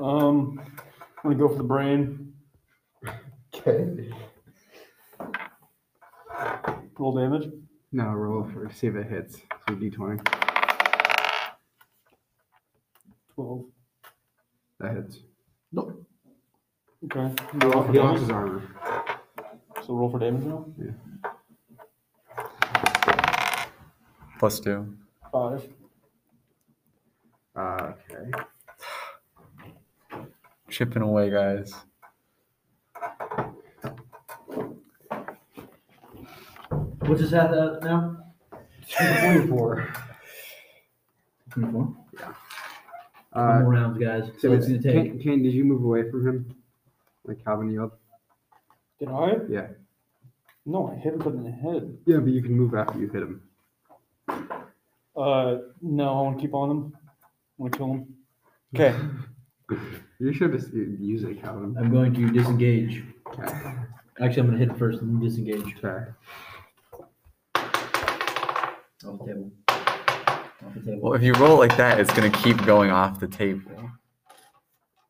S4: Um, I'm gonna go for the brain.
S9: Okay.
S4: Roll damage.
S9: No, roll for see if it hits. So d20.
S4: Twelve.
S9: That hits.
S4: Okay. Roll for
S9: He lost
S4: damage.
S9: his armor.
S4: So roll for damage now.
S2: Plus two.
S4: Five.
S9: Uh, okay.
S2: Chipping away, guys.
S3: What's his hat at uh, now?
S9: 24.
S3: 24. One
S9: Uh,
S3: more rounds, guys.
S9: so
S3: So it's going
S9: it's,
S3: to take.
S9: Kane, Kane, did you move away from him? Like Calvin yelled?
S4: Did I?
S9: Yeah.
S4: No, I hit him in the head.
S9: Yeah, but you can move after you hit him.
S4: Uh, no, I want to keep on him. I want to kill him. Okay.
S9: You should just u- use it, Calvin.
S3: I'm going to disengage.
S9: Okay.
S3: Actually, I'm going to hit it first and then disengage.
S9: Okay.
S3: Off the table. Off the table.
S2: Well, if you roll it like that, it's gonna keep going off the table.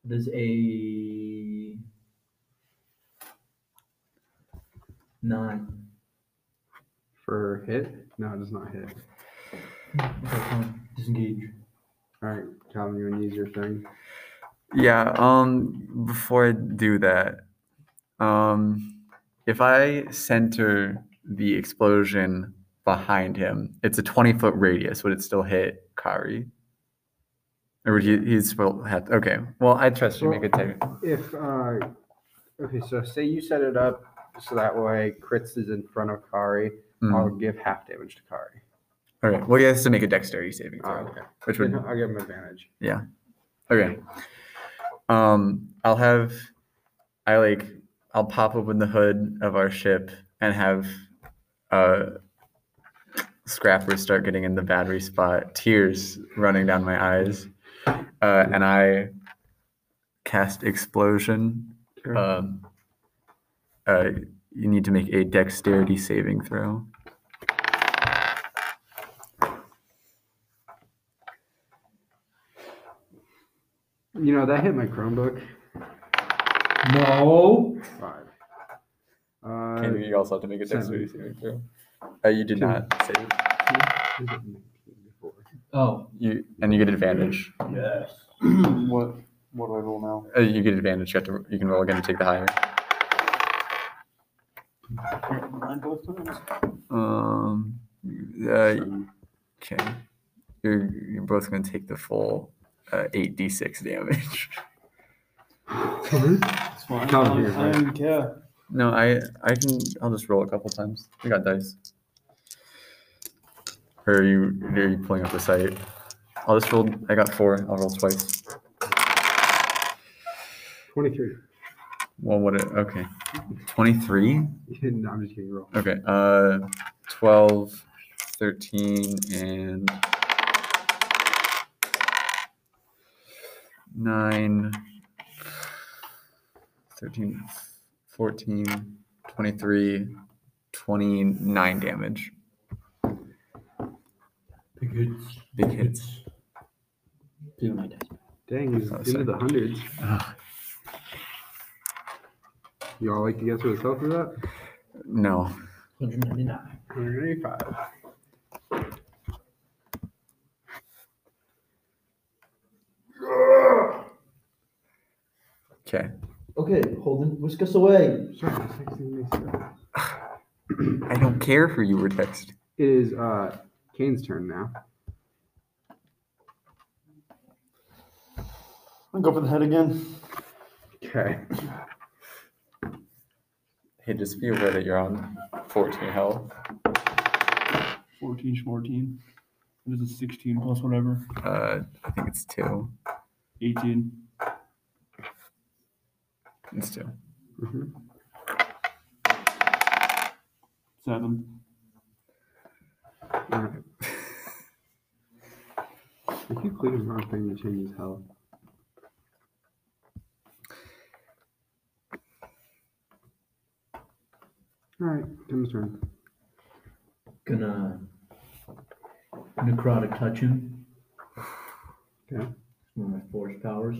S3: There's a. Nine.
S9: For hit? No, it does not hit.
S3: Okay, fine. Disengage.
S9: All right, Calvin, you want to use your thing?
S2: Yeah, um before I do that, um if I center the explosion behind him, it's a 20 foot radius. Would it still hit Kari? Or would he he's still have okay. Well I trust you make a take.
S9: If, uh, okay, so say you set it up so that way Kritz is in front of Kari. I'll
S3: Hmm.
S2: Mm.
S9: give half damage to Kari.
S2: All right. Well he has to make a dexterity saving
S9: Oh,
S2: throw.
S9: okay.
S2: Which
S9: Then
S2: would
S9: I'll give him advantage.
S2: Okay. Um, I'll have, I like, I'll pop open the hood of our ship and have, uh, Scrapper start getting in the battery spot, tears running down my eyes, uh, and I
S10: cast explosion.
S9: Sure.
S10: Um, uh, you need to make a dexterity saving throw.
S9: You know, that hit my Chromebook.
S3: No.
S9: Five.
S10: Okay,
S9: Uh,
S10: Oh, you also have to make a
S9: seven.
S10: dexterity saving throw. Uh, you did
S9: Two.
S10: not save.
S3: Oh.
S10: You and you get advantage.
S11: Yes.
S7: what? What do I roll now?
S10: Uh, you get advantage. You have to. You can roll again to take the higher. Um. Uh, okay. You're you're both gonna take the full uh, eight d six damage.
S7: It's fine.
S9: Down
S7: I'm-
S9: here, right?
S7: I'm- yeah.
S10: No, I I can. I'll just roll a couple times. We got dice. Or are you are you pulling up the site? I'll just roll. I got four. I'll roll twice.
S9: 23.
S10: Well, what? It, okay. Twenty three.
S9: No, I'm just kidding. Roll.
S10: Okay. Uh, 12, 13, and 9, 13, 14, 23, 29 damage.
S9: Big hits.
S10: Big hits.
S3: Even my dice.
S9: Dang, he's
S10: Oh,
S9: into
S10: sorry.
S9: the hundreds.
S10: Ugh.
S9: Y'all like to guess what the health is at?
S10: No.
S3: 199.
S9: 185.
S10: Okay.
S3: Okay, Holden, whisk us away.
S9: Sorry, I was texting this stuff.
S10: I don't care who you were texting.
S9: It is uh, Kane's turn now.
S7: I'll go for the head again.
S9: Okay.
S10: Hey, just be aware that you're on 14 health.
S7: 14, 14. It is a 16 plus whatever.
S10: Uh, I think it's two.
S7: 18.
S10: It's two. Mm-hmm.
S9: Mhm.
S7: 7.
S9: All right. If you click the wrong thing, it changes health. All right, Tim's turn.
S3: Gonna necrotic touch him.
S9: Okay.
S3: One of my force powers.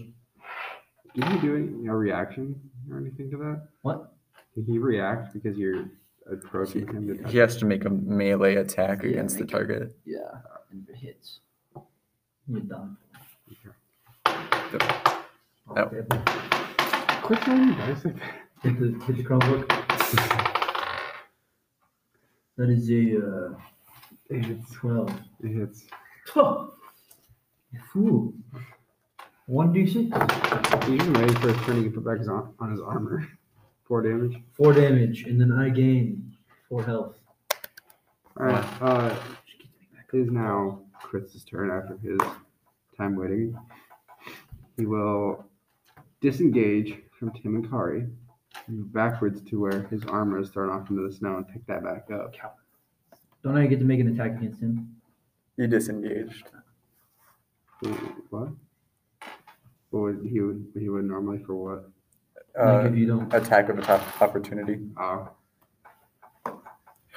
S9: Did he do any, a reaction or anything to that?
S3: What?
S9: Did he react because you're approaching him to touch
S10: He has to make a melee attack
S3: Yeah,
S10: against the
S3: make it.
S10: target.
S3: Yeah. And if it hits, you're done.
S10: Oh.
S3: Okay.
S9: Quit throwing your dice like that.
S3: Hit the, hit the Chromebook. That is a
S9: It
S3: uh,
S9: hits.
S3: 12.
S9: It hits.
S3: Huh. Ooh. 1d6.
S9: You can wait for his turn to put back his, ar- on his armor. Four damage.
S3: 4 damage, and then I gain 4 health.
S9: All right. Uh, it is now Chris's turn after his time waiting. He will disengage from Tim and Kari, move backwards to where his armor is thrown off into the snow, and pick that back up.
S3: Don't I get to make an attack against him?
S10: You disengaged.
S9: What? What would he would he would normally for what?
S3: like
S10: Uh,
S3: if you don't.
S10: attack of attack opportunity.
S9: Oh,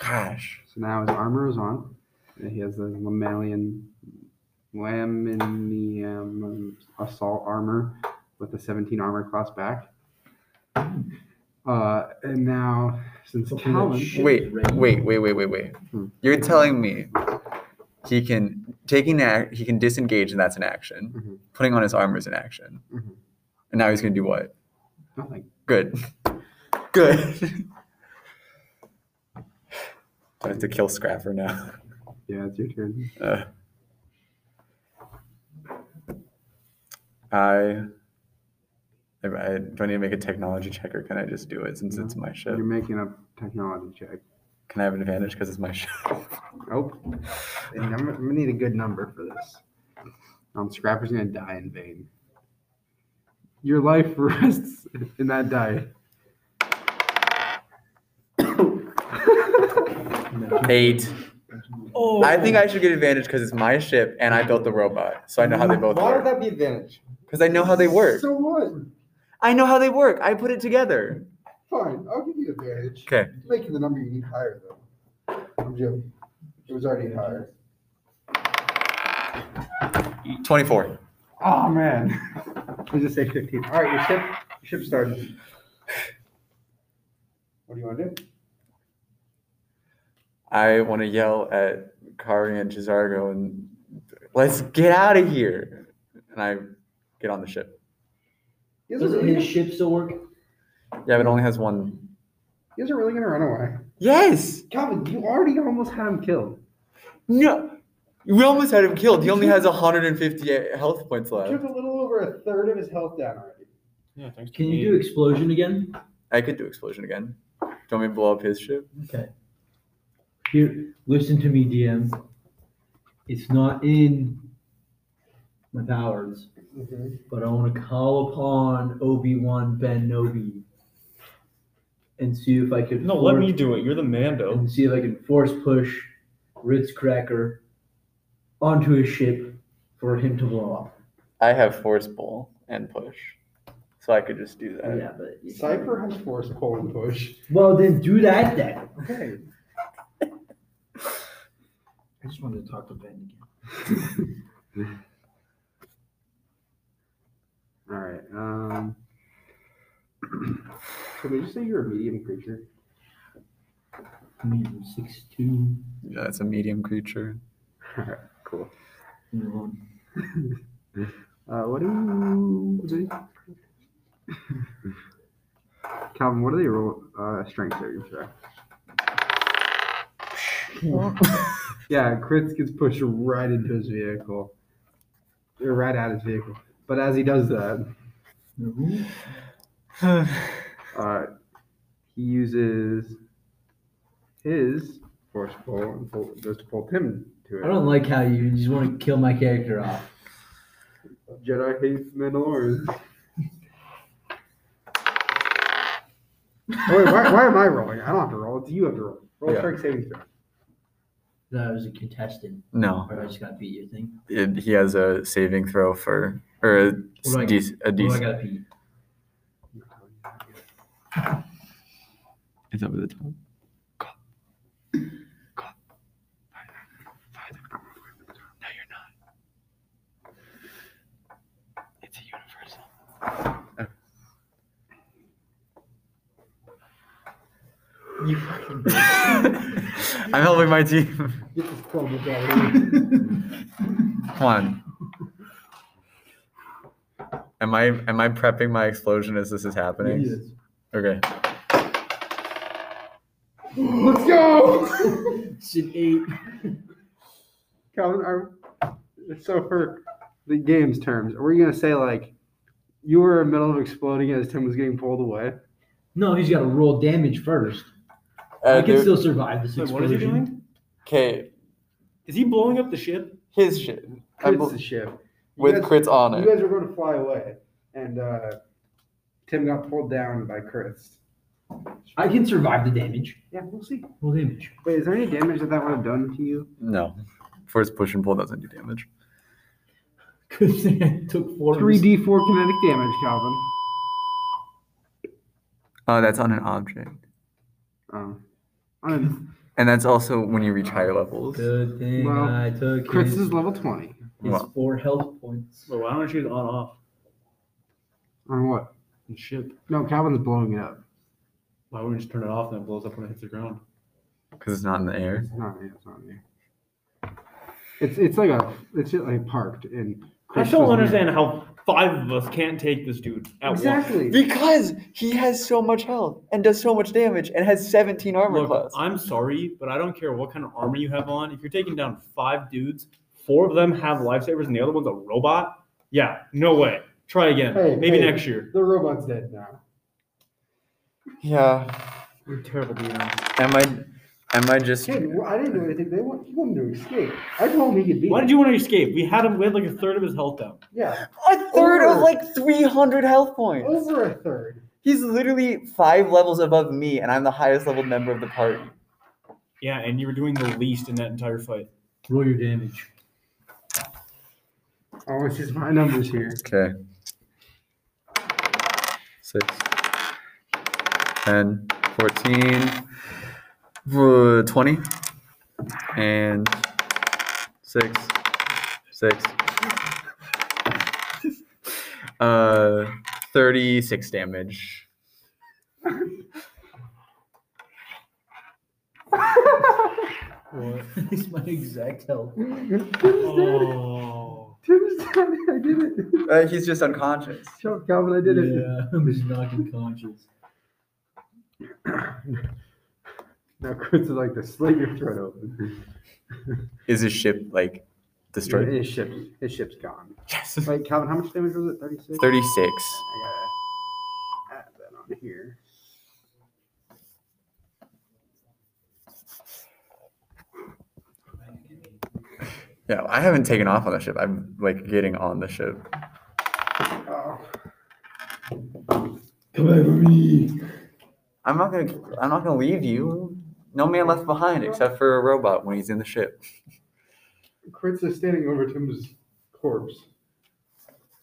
S10: Gosh.
S9: so now his armor is on. And he has the mammalian laminium assault armor with the 17 armor class back. Uh, and now since
S3: Hopefully that
S9: Talon,
S3: shit
S10: Wait,
S3: is ready.
S10: wait, wait, wait, wait, wait.
S9: Hmm.
S10: You're telling me he can taking that he can disengage and that's an action.
S9: Mhm.
S10: Putting on his armor is an action.
S9: Mhm.
S10: And now he's gonna do what?
S9: nothing.
S10: Good. Good. Do I have to kill Scrapper now.
S9: Yeah, it's your turn.
S10: Uh, I, I, I- do I need to make a technology check or can I just do it since
S9: No,
S10: it's my ship?
S9: You're making a technology check.
S10: Can I have an advantage because it's my ship?
S9: Oh, and I'm gonna I'm gonna need a good number for this. Um, Scrapper's gonna die in vain. Your life rests in that die.
S10: Eight. I think I should get advantage because it's my ship and I built the robot, so I know how they both
S7: Why would
S10: work.
S7: that be advantage?
S10: Because I know how they work.
S9: So what?
S2: I know how they work. I put it together.
S12: Fine, I'll give you advantage.
S2: 'Kay.
S12: Making the number you need higher though. I'm joking. It was already higher.
S2: 24.
S9: Oh man. I was just say 15. All right, your ship, your ship started. What do you want to do?
S2: I want to yell at Kari and Cesargo and let's get out of here. And I get on the ship.
S9: You guys, are
S3: Does
S9: really,
S3: his
S9: you
S3: ship still work?
S2: Yeah, but it only has one.
S9: guys are really gonna run away.
S2: Yes.
S9: Calvin, you already almost had him killed.
S2: No. We almost had him killed. He only has 150 health points
S9: Took
S2: left.
S9: a little over a third of his health down already.
S7: Yeah, thanks.
S3: Can you do explosion again?
S2: I could do explosion again. Do you want me to blow up his ship?
S3: Here, listen to me, DM. It's not in my powers,
S9: Mm-hmm.
S3: but I want to call upon Obi Wan Ben Nobi and see if I could.
S7: No, let
S3: force-
S7: me do it. You're the Mando.
S3: and see if I can force push Ritz Cracker onto his ship for him to blow up.
S2: I have force ball and push. So I could just do that.
S3: Yeah, but
S9: Cypher has force pull and push.
S3: Well, then do that then.
S9: Okay.
S3: I just wanted to talk to Ben again.
S9: All right. Um. So did you say you're a medium creature?
S3: I mean, six two.
S2: Yeah, it's a medium creature.
S9: All right. Cool.
S3: You know,
S9: Uh, what do you? what do you- Calvin, what do they roll? Uh, strength saving throw. yeah, Kritz gets pushed right into his vehicle, or right out his vehicle. But as he does that,
S3: no.
S9: Uh, he uses his force pull and pull, does to pull him to it.
S3: I don't like how you just want to kill my character off.
S9: Jedi hates Mandalorians. Oh, Wait, why, why am I rolling? I don't have to roll. It's you have to roll. Roll
S2: Yeah.
S9: strength saving throw.
S3: That I was a contestant,
S2: No,
S3: or I just got beat. Oh, You think?
S2: it, he has a saving throw for or a
S3: do I
S2: dec- a
S3: What do I
S2: dec-
S3: got beat?
S2: It's over the top. I'm helping my team.
S12: Get this crumble down.
S2: Come on. Am I am I prepping my explosion as this is happening? Okay.
S9: Let's go!
S3: It's an eight.
S9: Calvin, are, so for the game's terms, are we going to say, like, you were in the middle of exploding as Tim was getting pulled away?
S3: No, he's got to roll damage first.
S10: Uh,
S3: I can still survive this
S7: Wait,
S3: explosion.
S7: what is he doing?
S2: okay,
S7: Is he blowing up the ship?
S2: his shit
S9: Kritz the ship. You guys-
S2: crits on
S9: You guys were going to fly away, and uh, Tim got pulled down by Chris.
S3: I can survive the damage.
S9: Yeah, we'll see.
S3: Roll damage.
S9: Wait, is there any damage that that would have done to you?
S2: No, force push and pull doesn't do damage.
S3: Good thing I took four. of
S9: Three
S3: his-
S9: D four kinetic damage, Calvin.
S2: Oh, that's on an object,
S9: Um, I don't
S2: and that's also when you reach higher levels.
S3: Good thing
S9: Well,
S3: I took
S9: know. Chris
S3: his,
S9: is level twenty.
S3: his
S2: Well,
S3: four health points.
S7: Well, why don't I choose on off
S9: On what?
S7: the ship?
S9: No, Calvin's blowing it up.
S7: Why wouldn't we just turn it off and it blows up when it hits the ground?
S2: because it's not in the air.
S9: It's not me. It's not me. It's it's like a it's just like parked and.
S7: I
S9: Chris
S7: still
S9: was
S7: don't understand
S9: near.
S7: how five of us can't take this dude at
S9: Exactly.
S2: Because he has so much health and does so much damage and has 17 armor
S7: once. Look,
S2: class.
S7: I'm sorry, but I don't care what kind of armor you have on. If you're taking down five dudes, four of them have lifesavers and the other one's a robot, yeah, no way. Try again.
S12: Hey,
S7: Maybe
S12: hey.
S7: next year.
S12: The robot's dead now.
S2: Yeah.
S7: You're terrible,
S2: Am I? Am I just?
S12: Hey, well, I didn't do anything. They want, he wanted to escape. I told him he could beat
S7: Why
S12: him.
S7: did you want to escape? We had him. We had like a third of his health down.
S12: Yeah,
S2: A third of
S12: Over.
S2: like 300 health points.
S12: over a third.
S2: He's literally five levels above me, and I'm the highest level member of the party.
S7: Yeah, and you were doing the least in that entire fight.
S3: Roll your damage.
S9: Oh, Always use my numbers here.
S2: Okay.
S10: six, 10, 14, uh, 20, and six, six, uh, 36 damage.
S3: it's my exact health.
S7: Oh.
S9: Tim's done it. I did it.
S2: Uh, he's just unconscious.
S9: Shout Calvin, I did it.
S3: Yeah, I'm just not unconscious.
S9: Now Chris is like the slit your throat open.
S10: Is his ship like destroyed?
S9: His ship, his ship's gone.
S10: Yes.
S9: Wait, Calvin, how much damage was it? Thirty six.
S10: 36.
S9: I gotta add that on here.
S10: Yeah, I haven't taken off on the ship. I'm like getting on the ship.
S9: Oh,
S3: Come over me.
S10: I'm not gonna. I'm not gonna leave you. No man left behind except for a robot when he's in the ship.
S12: Chris is standing over Tim's corpse.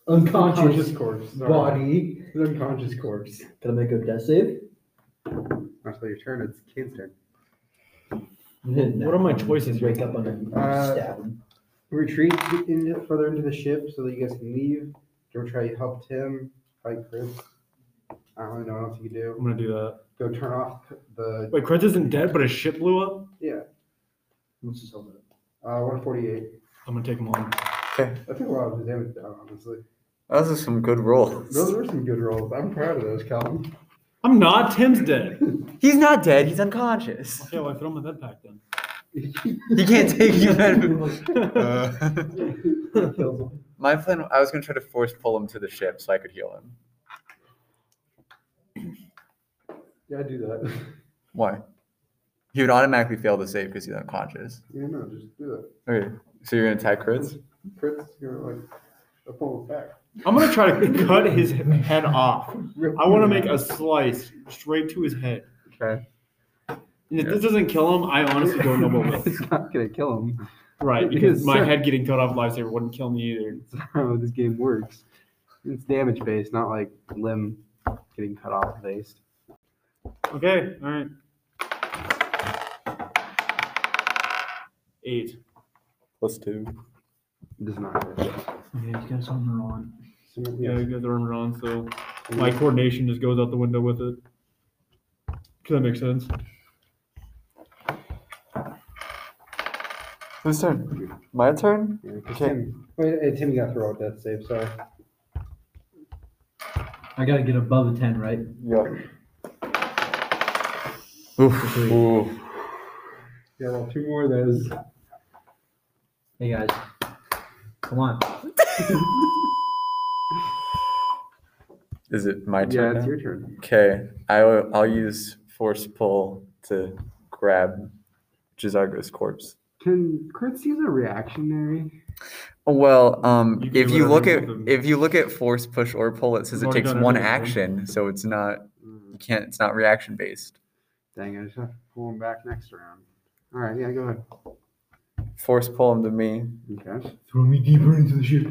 S3: Unconscious
S12: Conscious corpse. sorry.
S3: body.
S12: His unconscious corpse.
S3: Can I make a death save?
S9: until your turn, it's Kane's turn.
S7: What are my choices?
S3: Wake up on him.
S9: Uh,
S3: stab him.
S9: Retreat in, further into the ship so that you guys can leave. Go try to help Tim fight Chris. I don't really know what else you can
S7: I'm
S9: do.
S7: gonna do that.
S9: Go turn off the
S7: Wait, Kretz isn't dead, but his ship blew up.
S9: yeah
S3: Let's just hold it.
S9: uh, 148.
S7: I'm gonna take him on.
S9: That took a lot of damage down, honestly.
S10: Those are some good
S9: Those
S10: rolls.
S9: were some good rolls. I'm proud of those, Calvin.
S7: I'm not. Tim's dead.
S10: He's not dead. He's unconscious.
S7: Okay, well, I throw my bed pack then.
S10: He can't take you. Uh. My plan. I was gonna try to force pull him to the ship so I could heal him.
S9: Yeah, I do that.
S10: Why? He would automatically fail the save because he's unconscious.
S9: Yeah, no, just do that.
S10: Okay, so you're gonna attack crits?
S9: Chris, you're like a pull back.
S7: I'm gonna try to cut his head off.
S9: Rip-
S7: I want to make a slice straight to his head.
S10: Okay.
S7: And if this doesn't kill him, I honestly don't know what will.
S9: it's not gonna kill him.
S7: Right,
S9: It
S7: because
S9: is,
S7: my
S9: sir.
S7: head getting cut off lifesaver wouldn't kill me either.
S9: That's how this game works. It's damage based, not like limb getting cut off based.
S7: Okay, all right. Eight.
S10: Plus two.
S9: It does not. hit.
S3: Yeah, he's got his armor on.
S9: So,
S7: Yeah,
S9: yes.
S7: you guys are armor on, so my coordination just goes out the window with it. Does that make sense?
S10: Whose turn? My turn?
S9: Yeah, 'cause Tim, wait, hey, Tim, you got to throw out that save. Sorry.
S3: I gotta get above a 10, right?
S10: Yep. Oof.
S3: Three.
S10: Oof.
S9: Yeah, well, two more of those.
S3: Hey guys. Come on.
S10: Is it my
S9: Yeah,
S10: turn?
S9: it's
S10: now?
S9: your turn.
S10: Okay, I'll, I'll use force pull to grab Jizargo's corpse.
S9: Can Chris use a reactionary?
S10: Well, um,
S7: You can
S10: if
S7: do
S10: you
S7: whatever
S10: look
S7: you
S10: at
S7: want to.
S10: if you look at force push or pull, it says
S7: We've
S10: it
S7: already
S10: takes
S7: done
S10: one
S7: everything.
S10: action, so it's not you can't it's not reaction based.
S9: Mm, Dang, I just have to pull him back next round. All right, yeah, go ahead.
S10: Force pull him to me.
S9: Okay.
S3: Throw me deeper into the ship.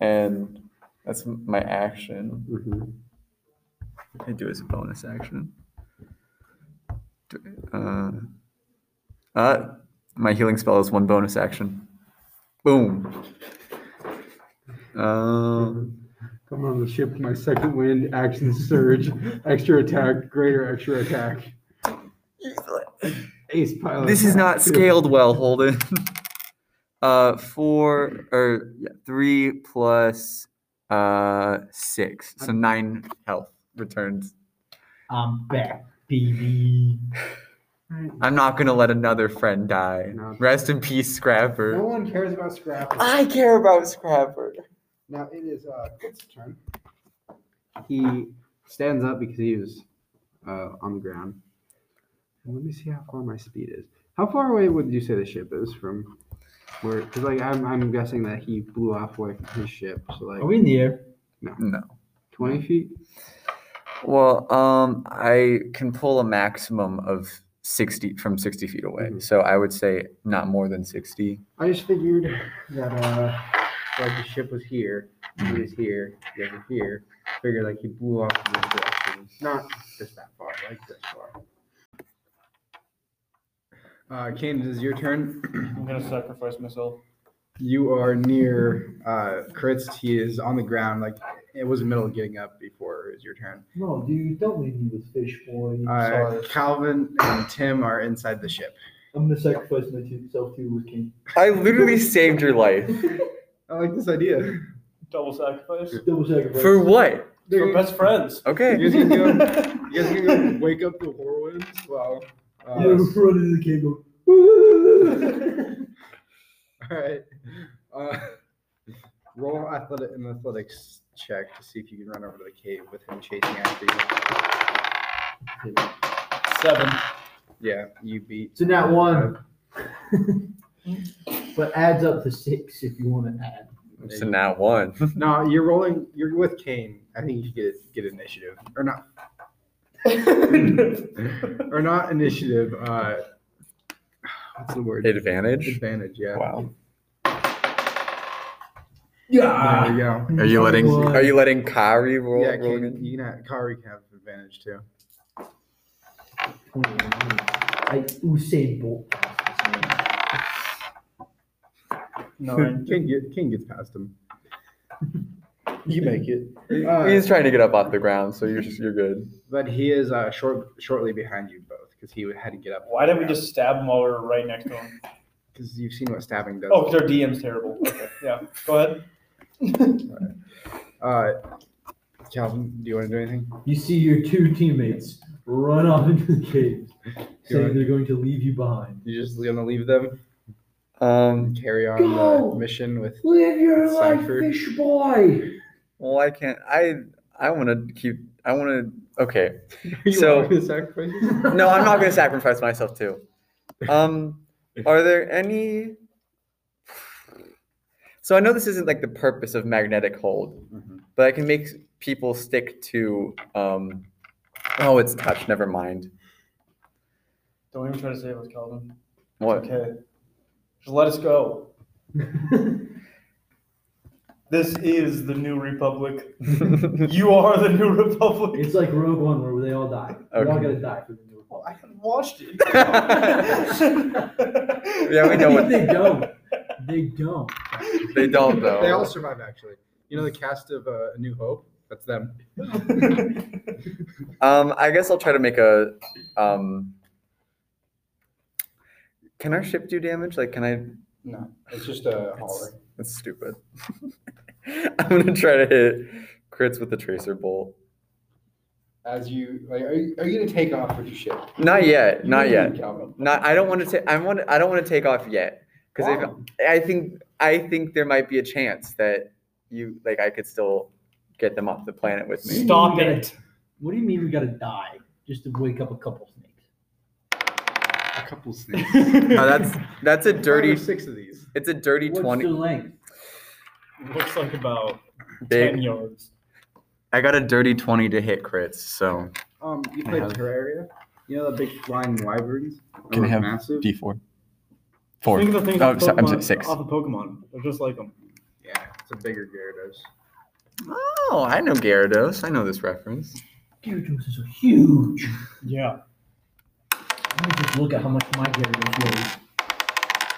S10: and that's m- my action.
S9: Mhm.
S10: I do as a bonus action. Do- Uh, uh, my healing spell is one bonus action. Boom. Uh,
S9: Come on the ship, my second wind, action surge, extra attack, greater extra attack. Ace pilot.
S10: this is
S9: attack,
S10: not
S9: two.
S10: scaled well, Holden. Uh, four or yeah, three plus uh six, so nine health returns.
S3: I'm back, baby.
S10: I'm not gonna let another friend die.
S9: No.
S10: Rest in peace, Scrapper.
S9: No one cares about Scrapper.
S10: I care about Scrapper.
S9: Now it is uh, Kit's turn. He stands up because he was uh, on the ground. And let me see how far my speed is. How far away would you say the ship is from where? Because like I'm, I'm guessing that he blew off away from his ship. So like
S3: Are we in the air?
S10: No.
S9: 20 feet.
S10: Well, um, I can pull a maximum of sixty from sixty feet away.
S3: Mm-hmm.
S9: Mhm.
S10: So I would say not more than sixty.
S9: I just figured that uh, like the ship was here, he was here, he over here. Figure like he blew off in this direction. Not just that far, like this far. Uh, Candace, it's your turn.
S7: I'm gonna sacrifice myself.
S9: You are near uh, Kritz. He is on the ground. Like it was the middle of getting up before it was your turn.
S3: No, dude, don't leave me with fish, boy.
S9: Uh, Calvin and Tim are inside the ship.
S3: I'm gonna sacrifice myself too with King.
S10: I literally saved your life.
S9: I like this idea.
S7: Double sacrifice.
S3: Double sacrifice.
S10: For what?
S7: We're best friends.
S10: Okay.
S9: You guys gonna go, you guys gonna go wake up the Horwinds? Wow.
S3: Yeah,
S9: Uh,
S3: run into the cave. go, "Woo!"
S9: all right. Uh, roll athletic an athletics check to see if you can run over to the cave with him chasing after you.
S7: Seven.
S9: Yeah, you beat.
S3: So not one. but adds up to six if you want to add.
S10: So now one.
S9: No, you're rolling. You're with Kane. I think you should get get initiative or not. or not initiative. Uh, what's the word?
S10: Advantage.
S9: Advantage. Yeah.
S10: Wow.
S9: There you go.
S10: Are you letting
S3: One.
S10: Are you letting Kari roll?
S9: yeah,
S10: roll
S9: Kane,
S10: again?
S9: you can have, Kari can have advantage too.
S3: Like Usain Bolt.
S7: Nine.
S9: King, get, King gets past him. You make it. Uh,
S10: He's trying to get up off the ground, so you're just you're good.
S9: but he is uh, short, shortly behind you both because he had to get up.
S7: Why didn't we just stab him while we were right next to him?
S9: Because you've seen what stabbing does.
S7: Oh, 'cause our DM's terrible. Okay, yeah. Go ahead.
S9: Uh, Calvin, do you want to do anything?
S3: You see your two teammates run off into the cave,
S9: Yeah.
S3: saying they're going to leave you behind.
S9: You're just gonna leave them
S10: Um.
S9: and carry on
S3: Go!
S9: the mission with.
S3: Live your
S9: life,
S3: life,
S9: Cipher.
S3: fish boy.
S10: Well, I can't. I I want to keep. I want to. Okay.
S9: You
S10: So-
S9: want me to sacrifice you?
S10: No, I'm not going to sacrifice myself too. Um, are there any? So I know this isn't like the purpose of magnetic hold,
S9: Mhm.
S10: but I can make people stick to. Um, oh, it's touch. Never mind.
S7: Don't even try to save us, Calvin.
S10: What?
S7: Okay. Just let us go. This is the New Republic. You are the New Republic.
S3: It's like Rogue One where they all die. They're all
S10: Okay.
S3: gonna die for the new
S7: Well,
S3: one.
S7: I haven't watched it.
S10: Yeah, we know what-
S3: they don't. They don't.
S10: they don't though.
S9: They all survive actually. You know the cast of uh, A New Hope. That's them.
S10: Um, I guess I'll try to make a. Um, can our ship do damage? Like, can I?
S9: No, it's just a
S10: It's, it's stupid. I'm gonna try to hit crits with the tracer bolt.
S9: As you like, are you, are you gonna take off with your ship?
S10: Not yet.
S9: You
S10: Not
S9: and
S10: yet.
S9: Calvin.
S10: Not. I don't want to take. I want. I don't want to take off yet. Because
S9: Wow.
S10: if I think I think there might be a chance that you like I could still get them off the planet with me.
S7: Stop it.
S3: What do you mean we gotta die just to wake up a couple snakes?
S9: a couple snakes.
S10: No, Oh, that's that's a
S9: Dirty
S10: dirty.
S9: six of these.
S10: It's a dirty
S3: What's
S10: twenty.
S3: the length?
S7: Looks like about ten
S10: Big.
S7: yards.
S10: I got a dirty twenty to hit crits. So
S9: Um, you
S10: I
S9: play
S10: have-
S9: Terraria? You know the big flying wyverns?
S10: Can
S9: Those
S10: have
S9: massive?
S10: D four. Four.
S7: Think of the things
S10: Oh,
S7: off
S10: so- I'm
S7: Pokemon-
S10: six.
S7: off of Pokemon. They're just like them.
S9: Yeah, it's a bigger Gyarados.
S10: Oh, I know Gyarados. I know this reference.
S3: Gyarados is huge.
S7: Yeah.
S3: Let me just look at how much my Gyarados weighs.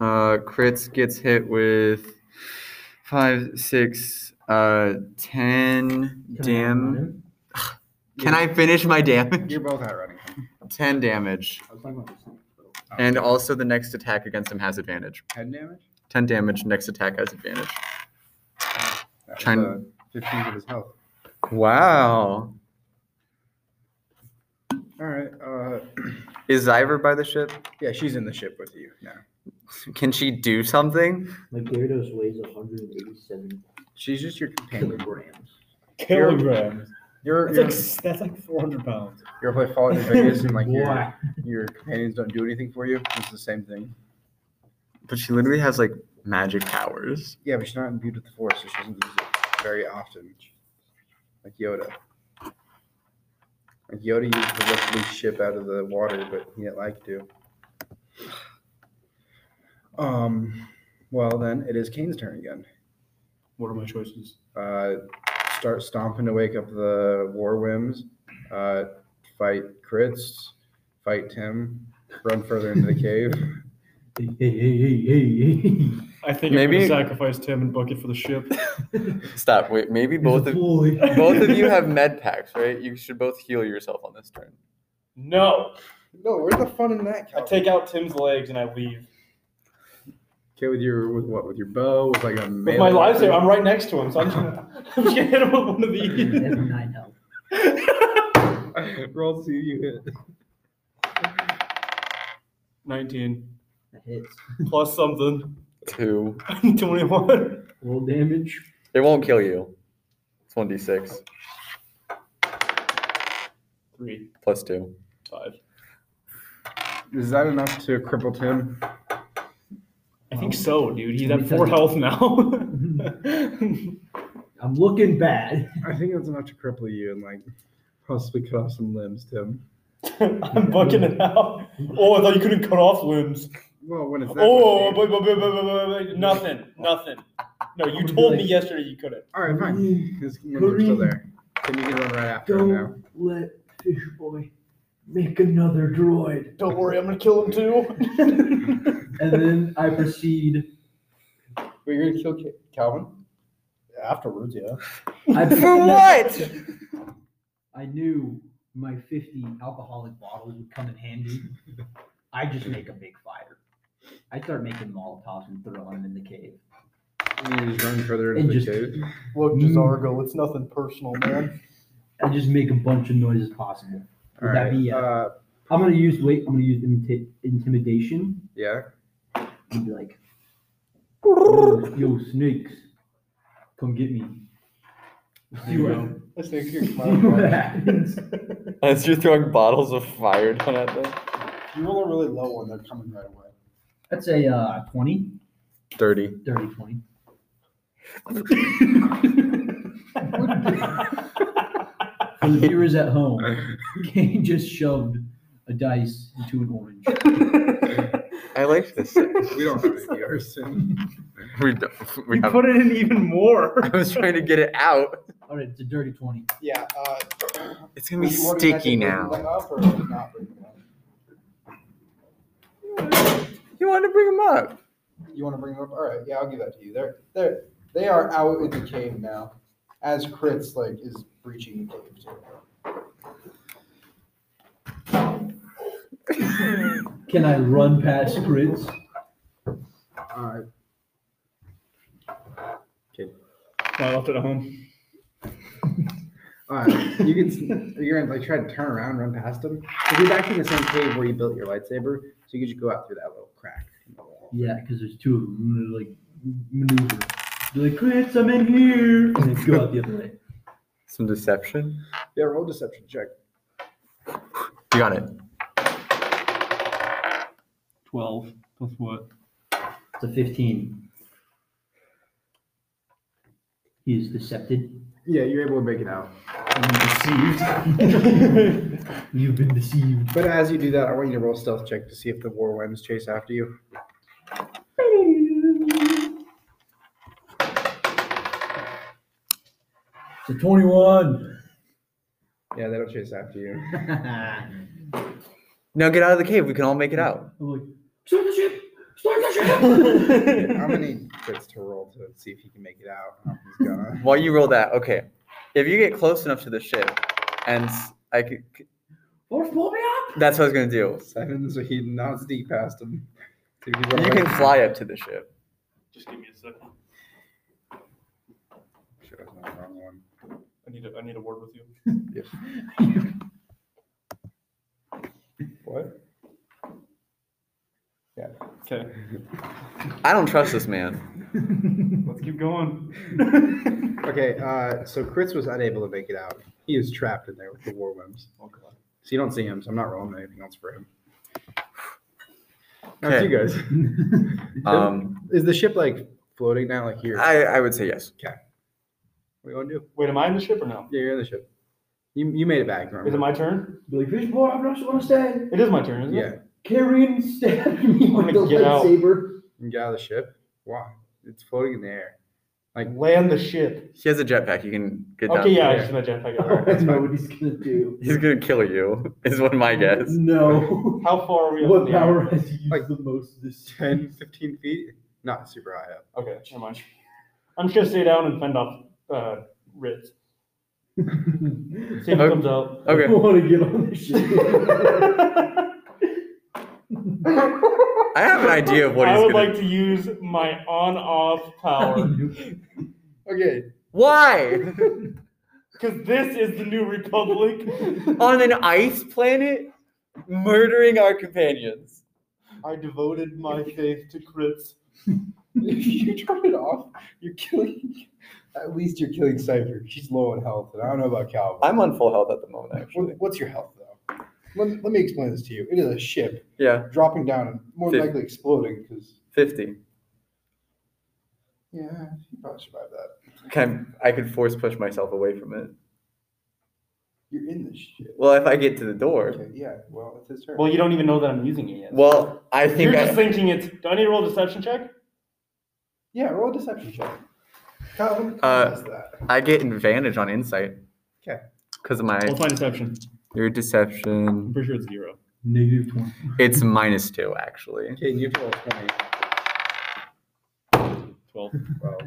S10: Uh, crits gets hit with five, six, uh, ten
S3: Can I run
S10: dam.
S3: him?
S10: Can I finish my damage?
S9: You're both outrunning him.
S10: Ten damage,
S9: I was talking about the snakes. though.
S10: and also the next attack against him has advantage.
S9: head damage?
S10: Ten damage. Next attack has advantage.
S9: That was,
S10: Trying-
S9: uh, 15 of his health.
S10: Wow.
S9: All right. Uh,
S10: Is Zyver by the ship?
S9: yeah, she's in the ship with you now.
S10: Can she do something?
S3: My Gyarados weighs 187
S9: She's just your companion.
S3: kilograms.
S7: Kilograms.
S9: You're, you're,
S7: That's like that's like four hundred pounds.
S9: you're play Fallout New Vegas and like your,
S3: Why?
S9: your companions don't do anything for you. It's the same thing.
S10: But she literally has like magic powers.
S9: Yeah, but she's not imbued with the force, so she doesn't use it very often. Like Yoda. Like Yoda used to lift Luke's ship out of the water, but he didn't like to. Um, well then, it is Kane's turn again.
S7: What are my choices?
S1: Uh, start stomping to wake up the war whims. Uh, fight crits. Fight Tim. Run further into the cave.
S7: I think
S10: Maybe-
S7: I'm gonna sacrifice Tim and Bucket for the ship.
S10: Stop. Wait, maybe both of both of you have med packs, right? You should both heal yourself on this turn.
S7: No,
S1: no. Where's the fun in that?
S7: I take out Tim's legs and I leave.
S1: Okay, with your with what? With your bow? With like a
S7: With
S1: melee
S7: my
S1: weapon?
S7: lifesaver, I'm right next to him, so I'm just gonna, I'm just gonna hit him with one of these.
S3: Nine health.
S1: Roll to see if you hit.
S7: 19
S3: That hits.
S7: plus something.
S10: Two.
S7: 21.
S3: Roll damage.
S10: It won't kill you. It's one d six
S7: 3,
S10: plus two.
S7: 5.
S1: Is that enough to cripple Tim?
S7: I think so, dude. He's
S3: Let
S7: at
S3: me
S7: four
S3: tell
S7: health now.
S3: I'm looking bad.
S1: I think it's enough to cripple you and like possibly cut off some limbs, Tim.
S7: I'm bucking it out. Oh, I thought you couldn't cut off limbs.
S1: Well, when it's that
S7: Oh,
S1: much
S7: wait, wait, wait, wait, wait, wait, wait. nothing, nothing. No, you told me yesterday you couldn't.
S1: All right, fine. His limbs are still there. Then you can run right after him now.
S3: Don't let Fish Boy make another droid.
S7: Don't worry, I'm gonna kill him too.
S3: And then I proceed.
S1: But you're gonna kill Ca- Calvin.
S9: Afterwards, yeah.
S3: I
S10: For what?
S3: I knew my 50 alcoholic bottles would come in handy. I just make a big fire. I start making Molotovs and throwing them in the cave.
S1: And then you just run further
S3: And
S1: into the
S3: just-
S1: cave.
S9: Look,
S3: Mm.
S9: Jazargo, it's nothing personal, man.
S3: I just make a bunch of noises possible.
S1: All
S3: Would that
S1: right.
S3: be? Uh,
S1: Uh,
S3: I'm gonna use wait. I'm gonna use inti- intimidation
S1: yeah.
S3: and be like, "Yo, yo, snakes, come get me." See what,
S9: That's next year.
S3: see what happens.
S10: As you're throwing bottles of fire down at them.
S9: You roll a really low one, they're coming right away.
S3: I'd say uh 20,
S10: Thirty.
S3: 30, 20. For the viewers at home, Kane just shoved a dice into an orange.
S10: I like this.
S1: We don't have any arson.
S10: we don't, we
S7: you
S10: have,
S7: put it in even more.
S10: I was trying to get it out.
S3: All right, it's a dirty 20.
S9: Yeah. Uh,
S10: It's gonna be
S9: you want to
S10: sticky
S9: bring them
S10: now.
S9: up or not bring them up?
S10: You wanted to bring them up.
S9: You want to bring them up? All right. Yeah, I'll give that to you. They're they're they are out in the cave now, as Crits like is breaching the cave too.
S3: Can I run past Grits?
S1: All right.
S7: I left it at home.
S1: All right. You can. You're gonna like try to turn around, run past him. You're back in the same cave where you built your lightsaber, so you can just go out through that little crack. in the wall.
S3: Yeah, because there's two of them. Like, maneuver. They're like, Grits, I'm in here. And they go out the other way.
S10: Some deception.
S1: Yeah. Roll deception check.
S10: You got it.
S7: 12 plus what?
S3: It's a 15. He is decepted.
S1: Yeah, you're able to make it out.
S3: You've been deceived.
S1: But as you do that, I want you to roll stealth check to see if the war winds chase after you.
S3: It's a 21.
S1: Yeah, they don't chase after you.
S3: I'm
S10: Now get out of the cave. We can all make it out.
S3: like, start the ship! Start the ship!
S1: I'm gonna need Fritz to roll to see if he can make it out. I don't know if he's gonna.
S10: While you roll that, okay. If you get close enough to the ship, and s- I could,
S3: Force pull me up!
S10: that's what I was gonna do.
S1: Seven, so he nods deep past him. So he
S10: You
S1: rolls-
S10: can fly up to the ship.
S7: Just give me a second.
S1: Sure, that's not the wrong one.
S7: I need a, I need a word with you.
S1: What?
S7: Okay.
S10: I don't trust this man.
S7: Let's keep going.
S1: Okay, uh, so Chris was unable to make it out. He is trapped in there with the war worms. So you don't see him, so I'm not rolling anything else for him. Now it's
S10: Okay.
S1: you guys.
S10: Um,
S1: is the ship like floating now? Like here?
S10: I, I would say yes.
S1: what are you gonna do?
S7: Wait, am I in the ship or no?
S1: Yeah, you're in the ship. You, you made it back, remember?
S7: Is it my turn?
S3: Be like, fish boy, I'm not supposed to stay.
S7: It is my turn, isn't
S1: yeah.
S7: it?
S3: Carrion stabbed me
S7: I'm
S3: with
S7: gonna
S3: the
S7: get out.
S3: lightsaber.
S1: You can get out of the ship. Why? It's floating in the air.
S10: Like
S7: land the ship.
S10: He has a jetpack. You can get down.
S7: Okay, yeah,
S10: there.
S7: he's gonna jetpack.
S3: Oh, that's
S7: it.
S3: not what he's gonna do.
S10: He's gonna kill you. Is what my guess.
S3: No.
S7: How far are we? up in
S3: What
S7: the air?
S3: power has he used the most this
S9: 10, 15 feet? Not super high up.
S7: Okay, never mind. I'm just gonna stay down and fend off uh, Ritz. See if he
S10: Okay.
S7: comes out.
S3: I
S10: Okay.
S3: want to get on this shit.
S10: I have an idea of what
S7: I
S10: he's
S7: would
S10: gonna.
S7: like to use my on-off power
S9: Okay.
S10: Why?
S7: because this is the new republic.
S10: On an ice planet, murdering our companions.
S7: I devoted my faith to Critz.
S9: If you turn it off, you're killing. At least you're killing Cypher. She's low on health, and I don't know about Calvin.
S10: I'm on full health at the moment, actually.
S9: What, what's your health, though? Let, let me explain this to you. It is a ship
S10: Yeah,
S9: dropping down and more than
S10: Fif-
S9: likely exploding because,
S10: fifty.
S9: yeah, you probably survived that.
S10: Can I, I could force push myself away from it.
S9: You're in this shit.
S10: Well, if I get to the door.
S9: Okay, yeah, well, it's his turn.
S7: Well, you don't even know that I'm using it yet.
S10: Well, I think
S7: You're
S10: I,
S7: just thinking it's. Do I need to roll a deception check?
S9: yeah, roll a deception check. Calvin
S10: Uh,
S9: does that.
S10: I get an advantage on insight.
S9: 'Kay.
S10: Because of my
S1: What's my deception?
S10: your
S1: I'm
S10: deception.
S1: pretty sure it's zero.
S3: Negative 20.
S10: It's minus two, actually.
S9: Okay, you roll 20.
S1: Twelve.
S9: Well,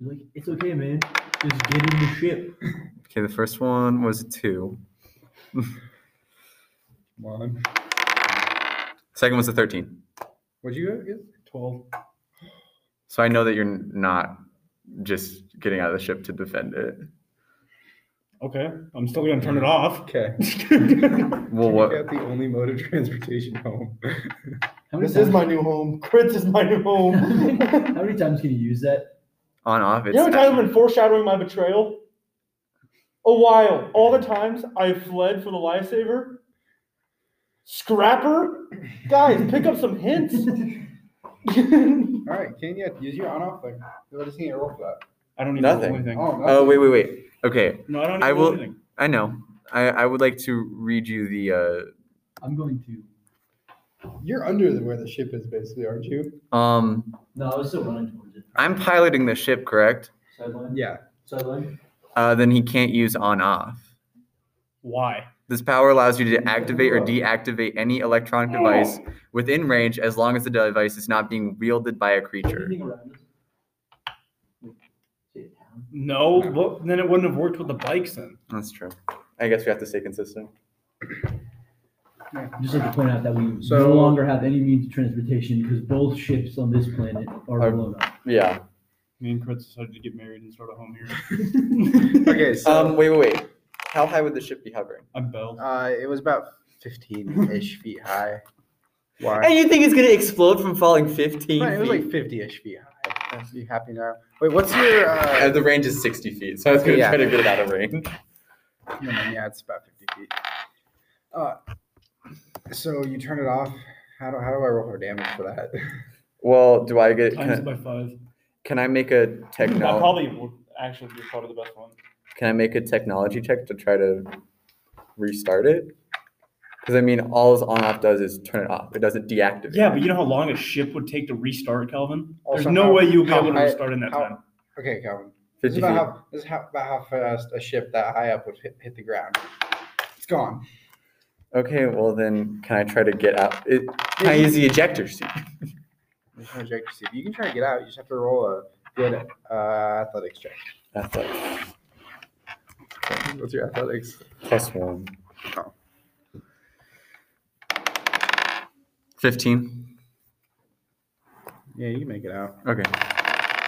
S3: You're like, it's okay, man. Just get in the ship.
S10: Okay, the first one was a two.
S9: one.
S10: Second was a thirteen.
S9: What'd you get?
S1: Twelve.
S10: So I know that you're not just getting out of the ship to defend it.
S1: Okay. I'm still gonna turn it off.
S9: Okay.
S10: Well,
S9: You
S10: what?
S9: got the only mode of transportation home.
S3: How many
S7: This is
S3: times-
S7: my new home. Critz is my new home.
S3: How many times can you use that?
S10: On off? It's
S7: you know what time I've been foreshadowing my betrayal? A while. All the times I fled for the lifesaver. Scrapper? Guys, pick up some hints.
S9: All right, Kenya, use your on-off thing. What does he roll for that?
S1: I don't need to roll
S10: Nothing.
S1: anything.
S9: Oh,
S10: Oh wait, wait, wait. Okay,
S1: No, I don't need
S10: I
S1: to roll
S10: will-
S1: anything.
S10: I know. I, I would like to read you the uh,
S3: I'm going to.
S9: You're under the, where the ship is, basically, aren't you?
S10: Um,
S3: No, I was still running towards it.
S10: I'm piloting the ship, correct?
S3: Sideline.
S9: Yeah.
S3: Sideline.
S10: Uh, then he can't use on off.
S1: Why?
S10: This power allows you to activate or deactivate any electronic device within range as long as the device is not being wielded by a creature.
S3: Anything around us? Like, sit down.
S1: No. Well, then it wouldn't have worked with the bikes then.
S10: That's true. I guess we have to stay consistent.
S3: I'd Just like to point out that we
S9: So-
S3: no longer have any means of transportation because both ships on this planet are
S10: Are-
S3: blown up.
S10: Yeah.
S1: Me and Chris decided to get married and start a home here.
S9: Okay,
S10: Um.
S9: so
S10: Wait. Wait. Wait. How high would the ship be hovering?
S1: I'm Bell.
S9: uh, it was about 15-ish feet high. Why?
S10: And you think it's gonna explode from falling 15
S9: Right, it was
S10: feet?
S9: like 50-ish feet high. That's- You happy now? Wait, what's your?
S10: Uh,
S9: Uh,
S10: the range is 60 feet, so I was gonna
S9: Yeah.
S10: try to get it out of range.
S9: no, no, yeah, it's about 50 feet. Uh, so you turn it off. How do, how do I roll for damage for that?
S10: Well, do I get?
S1: Times it
S10: Can,
S1: by five.
S10: can I make a
S7: That
S10: technology?
S7: probably would actually be probably the best one.
S10: Can I make a technology check to try to restart it? Because I mean, all on off does is turn it off. It doesn't deactivate.
S1: Yeah, but you know how long a ship would take to restart, Calvin? There's
S9: Also,
S1: no
S9: Oh, how-
S1: way you'd be
S9: how
S1: able to
S9: high-
S1: restart in that
S9: how-
S1: time.
S9: Okay, Calvin. This is
S10: 50
S9: about
S10: feet.
S9: how this is how, about how fast a ship that high up would hit, hit the ground. It's gone.
S10: Okay, well then, can I try to get out? It, can I use the ejector seat?
S9: There's no ejector seat. You can try to get out. You just have to roll a good uh, athletics check.
S10: That's like
S9: What's your athletics?
S10: plus one.
S9: Oh.
S10: Fifteen.
S9: Yeah, you can make it out.
S10: Okay.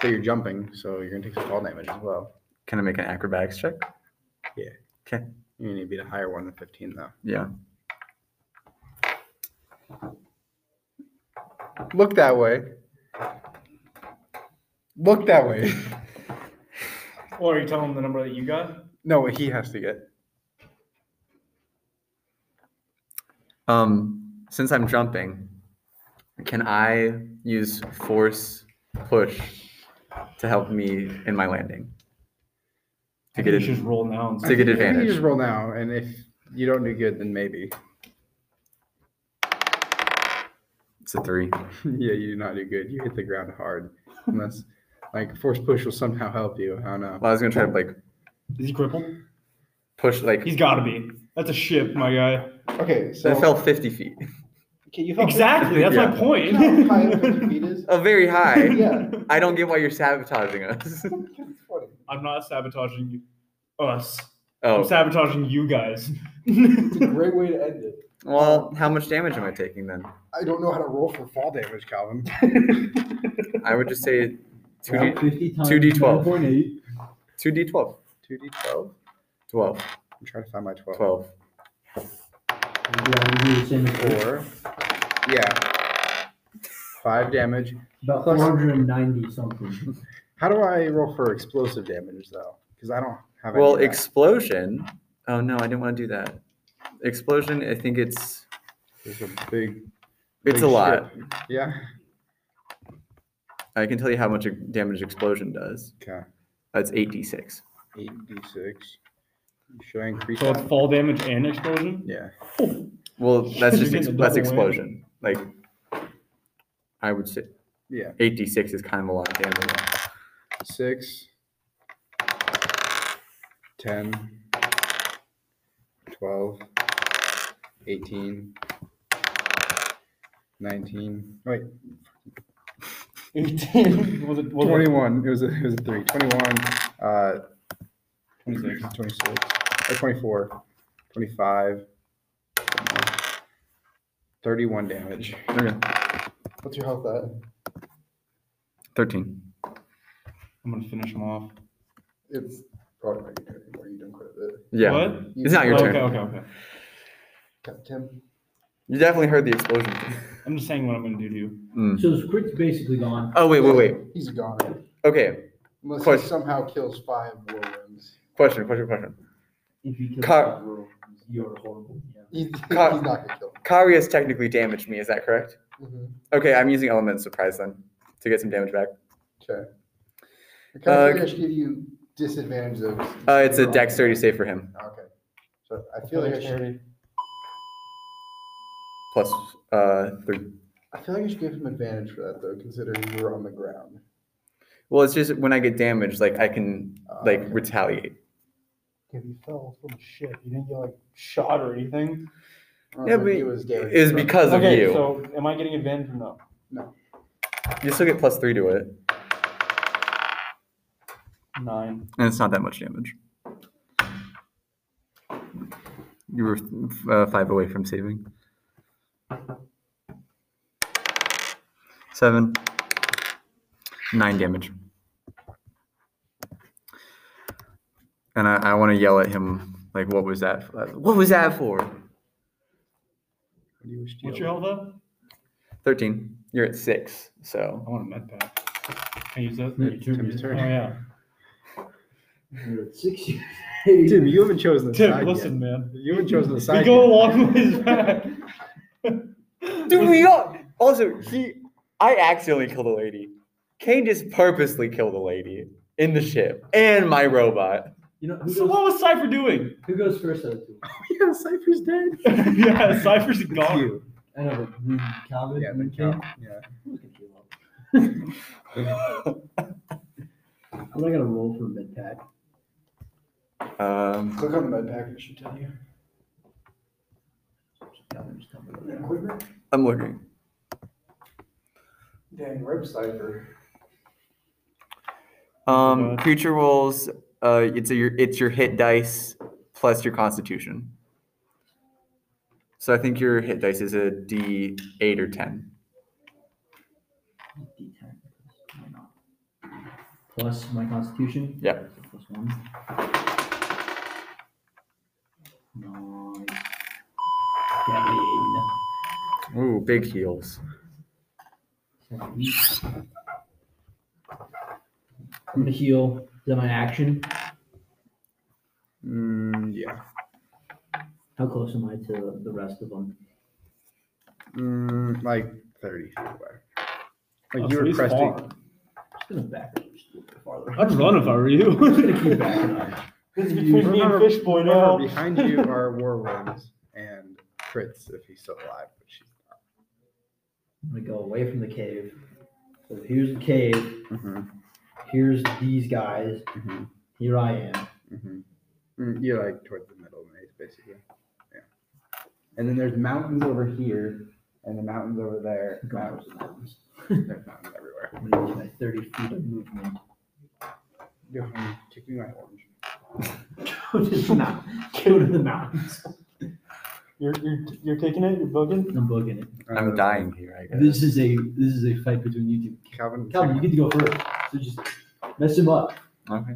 S9: So you're jumping, so you're gonna take some fall damage as well.
S10: Can I make an acrobatics check?
S9: You need to beat a higher one than 15 though.
S10: Yeah.
S9: Look that way. Look that way.
S7: Or are you telling him the number that you got?
S9: no, what he has to get.
S10: Um, since I'm jumping, can I use force push to help me in my landing?
S1: I
S10: To get
S1: think
S10: it,
S1: you should just roll now. and
S10: To
S1: see.
S10: get
S9: I think
S10: advantage.
S9: You just roll now, and if you don't do good, then maybe.
S10: it's a three.
S9: yeah, you do not do good. You hit the ground hard, unless Like force push will somehow help you. I don't know.
S10: Well, I was gonna try to like
S7: Is he crippled?
S10: push like
S7: He's got to be. That's a ship, my guy.
S1: Okay,
S10: I fell fifty feet.
S1: Can you
S7: Exactly. That's my
S10: Yeah.
S1: You know how high
S7: point.
S1: up 50 feet is?
S10: Oh, very high.
S1: Yeah.
S10: I don't get why you're sabotaging us.
S1: It's funny.
S7: I'm not sabotaging us. I'm
S10: Oh,
S7: sabotaging you guys.
S1: It's a great way to end it.
S10: well, how much damage am I taking then?
S1: I don't know how to roll for fall damage.
S9: Damage, Calvin.
S10: I would just say two d
S3: Fifty times
S10: 2d12.
S3: 1.8.
S10: two d twelve.
S9: Two D twelve.
S10: Twelve.
S9: I'm trying to find my twelve.
S10: Twelve.
S3: Yeah, we do the same as
S9: Four. Yeah. Five damage.
S3: About
S9: Plus-
S3: 490 something.
S9: How do I roll for explosive damage though? Because I don't have. any
S10: Well,
S9: of that.
S10: explosion. Oh no, I didn't want to do that. Explosion. I think it's
S9: There's a big.
S10: it's
S9: big
S10: a lot.
S9: ship. Yeah.
S10: I can tell you how much damage explosion does.
S9: Okay.
S10: That's eight d six.
S9: Eight D six. Should I increase
S7: So it's
S9: that?
S7: fall damage and explosion.
S9: Yeah.
S10: Well, that's
S7: You're
S10: just ex-
S7: getting a
S10: that's
S7: double whammy.
S10: explosion. Like, I would say
S9: Yeah.
S10: eight d six is kind of a lot of damage.
S9: Six. Ten. Twelve. Eighteen. Nineteen. Wait.
S7: 18. was it? Was it-
S9: Twenty-one. It was a, it was a three. Twenty-one. Uh, 26, 26, or 24, 25, 31 damage.
S10: Okay,
S1: What's your health at?
S10: thirteen.
S7: I'm gonna finish him off.
S1: It's probably not your turn anymore. You didn't quit it.
S10: Yeah,
S7: What?
S10: it's not your
S7: Oh,
S10: turn.
S7: okay, okay, okay.
S1: Cut Tim.
S10: You definitely heard the explosion.
S7: I'm just saying what I'm gonna do to you.
S10: Mm.
S3: So Squid's basically gone.
S10: Oh wait, wait, wait.
S1: He's gone.
S10: Okay,
S1: Unless
S10: Question.
S1: he somehow kills five whirlwinds.
S10: question, question, question.
S3: If you kill
S10: Car-
S3: that girl, you're horrible. Yeah.
S1: He's, he's
S10: Cut.
S1: not gonna kill.
S10: Kari has technically damaged me. Is that correct?
S1: Him.
S10: Okay, I'm using element of surprise then to get some damage back.
S1: Okay. I kind of
S10: Uh,
S1: figured I should give you disadvantage of.
S10: Uh, it's a dexterity save for him.
S1: Okay. So I feel like I should.
S10: Plus uh, three.
S1: I feel like I should give him advantage for that though, considering you were on the ground.
S10: Well, it's just when I get damaged, like I can
S1: Uh,
S10: like
S1: okay.
S10: retaliate.
S7: If you fell from shit, you didn't get like shot or anything.
S1: Or
S10: Yeah,
S1: maybe
S10: but
S1: it was damage
S10: It's
S1: from-
S10: because of
S7: okay,
S10: you.
S7: so am I getting advantage or no?
S10: You still get plus three to it,
S7: Nine.
S10: and it's not that much damage. You were uh, five away from saving. Seven. Nine damage. And I, I want to yell at him, like, what was that? For? What was that for?
S9: What do you wish to
S7: What's your
S9: yell?
S7: health up?
S10: 13. You're at six, so.
S7: I want a med pack. Can I use that?
S3: No, you turned
S9: Tim's
S3: it.
S7: Oh
S9: turn.
S7: yeah.
S3: You're at six years.
S9: Tim, you haven't chosen the
S7: Tim,
S9: side
S7: listen,
S9: yet.
S7: man.
S9: You haven't chosen the side.
S7: We
S9: yet.
S7: go a long ways back.
S10: Dude, we all, also he I accidentally killed a lady. Kane just purposely killed a lady in the ship and my robot.
S3: You know, who
S7: So
S3: goes,
S7: what was Cypher doing?
S3: who goes first out of the two?
S9: yeah, Cypher's dead.
S7: yeah, Cypher's
S9: It's
S7: gone.
S9: you.
S3: I know, but hmm, Calvin
S9: Yeah,
S3: and then
S9: Cal-
S3: Cal.
S9: yeah.
S3: Look at you. I'm not gonna roll for a mid pack.
S10: Um,
S1: Click on the med pack, it should tell you.
S3: Calvin just tell me what it is.
S1: Equipment?
S10: I'm looking.
S1: Dang, rip cipher.
S10: Um, creature rolls. Uh, it's a, your it's your hit dice plus your Constitution. So I think your hit dice is a D eight or ten.
S3: D10. Why not? Plus my constitution.
S10: Yeah.
S3: So Plus one. Nice. Seven.
S10: Ooh, big heals.
S3: Seven. I'm gonna heal. Is that my action?
S9: Mm, yeah.
S3: How close am I to the rest of them?
S9: Mm, like 30 feet away. Like
S7: Oh,
S9: you
S7: so
S9: were
S7: he's
S9: cresting.
S7: far.
S3: Just gonna back up just a little bit farther.
S7: I'd run if I were you.
S3: Keep backing up.
S7: It's between me and
S9: Remember-
S7: Fishboy
S9: remember,
S7: now.
S9: Behind you are Warwinds and Fritz if he's still alive, but she's not. Mm-hmm.
S3: I'm gonna go away from the cave. So here's the cave. here's these guys. Here I am.
S9: Mm, You're like towards the middle of the maze, basically. Yeah. And then there's mountains over here, and the mountains over there. Mountains, mountains. there's mountains everywhere.
S3: I'm gonna get my 30 feet of movement.
S9: Yo, honey, take me my orange.
S3: Go to the mountains. Go to the mountains.
S7: You're, you're, you're taking it. You're bugging.
S3: I'm bugging it.
S2: Um,
S10: I'm dying here, I guess.
S3: This is a this is a fight between you two.
S9: Calvin,
S3: Calvin, you get to go first. So just mess him up.
S10: Okay.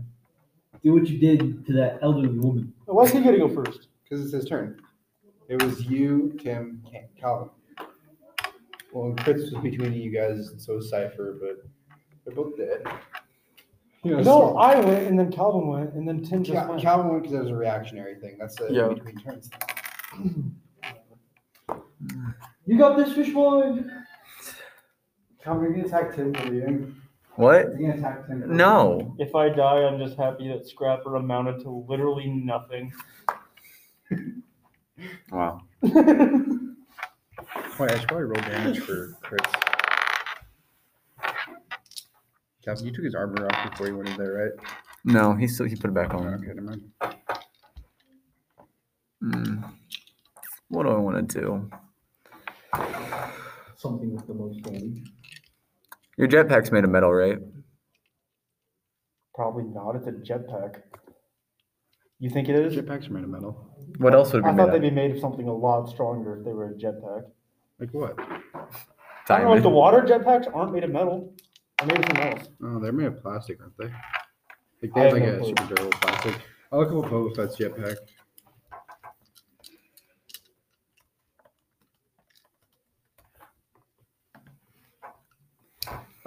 S3: Do what you did to that elderly woman.
S7: Why is he gonna go first?
S2: Because it's his turn. It was you, Tim, Ca- Calvin. Well, and Chris was between you guys, and so was Cypher, but they're both dead. You know,
S7: No, I went and then Calvin went and then Tim
S2: so-
S7: just
S2: Cal-
S7: went.
S2: Calvin went because it was a reactionary thing. That's the
S10: Yeah.
S2: between turns thing.
S3: You got this fish boy.
S2: Calvin, you're gonna attack Tim for leaving.
S10: What?
S2: You're gonna attack Tim. for
S10: No.
S7: If I die, I'm just happy that Scrapper amounted to literally nothing.
S10: Wow.
S9: Wait, I should probably roll damage for Chris. Calvin, you took his armor off before you went in there, right?
S10: No, he still he put it back on.
S9: Oh, Okay, never mind.
S10: Mm. What do I want to do?
S3: Something with the most damage.
S10: Your jetpack's made of metal, right?
S7: Probably not. It's a jetpack. You think it is?
S9: Jetpacks are made of metal.
S10: What else would it be
S7: I
S10: made
S7: thought
S10: out
S7: they'd
S10: of?
S7: be made of something a lot stronger if they were a jetpack.
S9: Like what?
S7: I don't know if the
S10: Diamond.
S7: water jetpacks aren't made of metal. They're made of something else.
S9: Oh, they're made of plastic, aren't they? Like
S7: I
S9: they have like a
S7: have no clue.
S9: super durable plastic. I'll look up a Boba Fett's jetpack.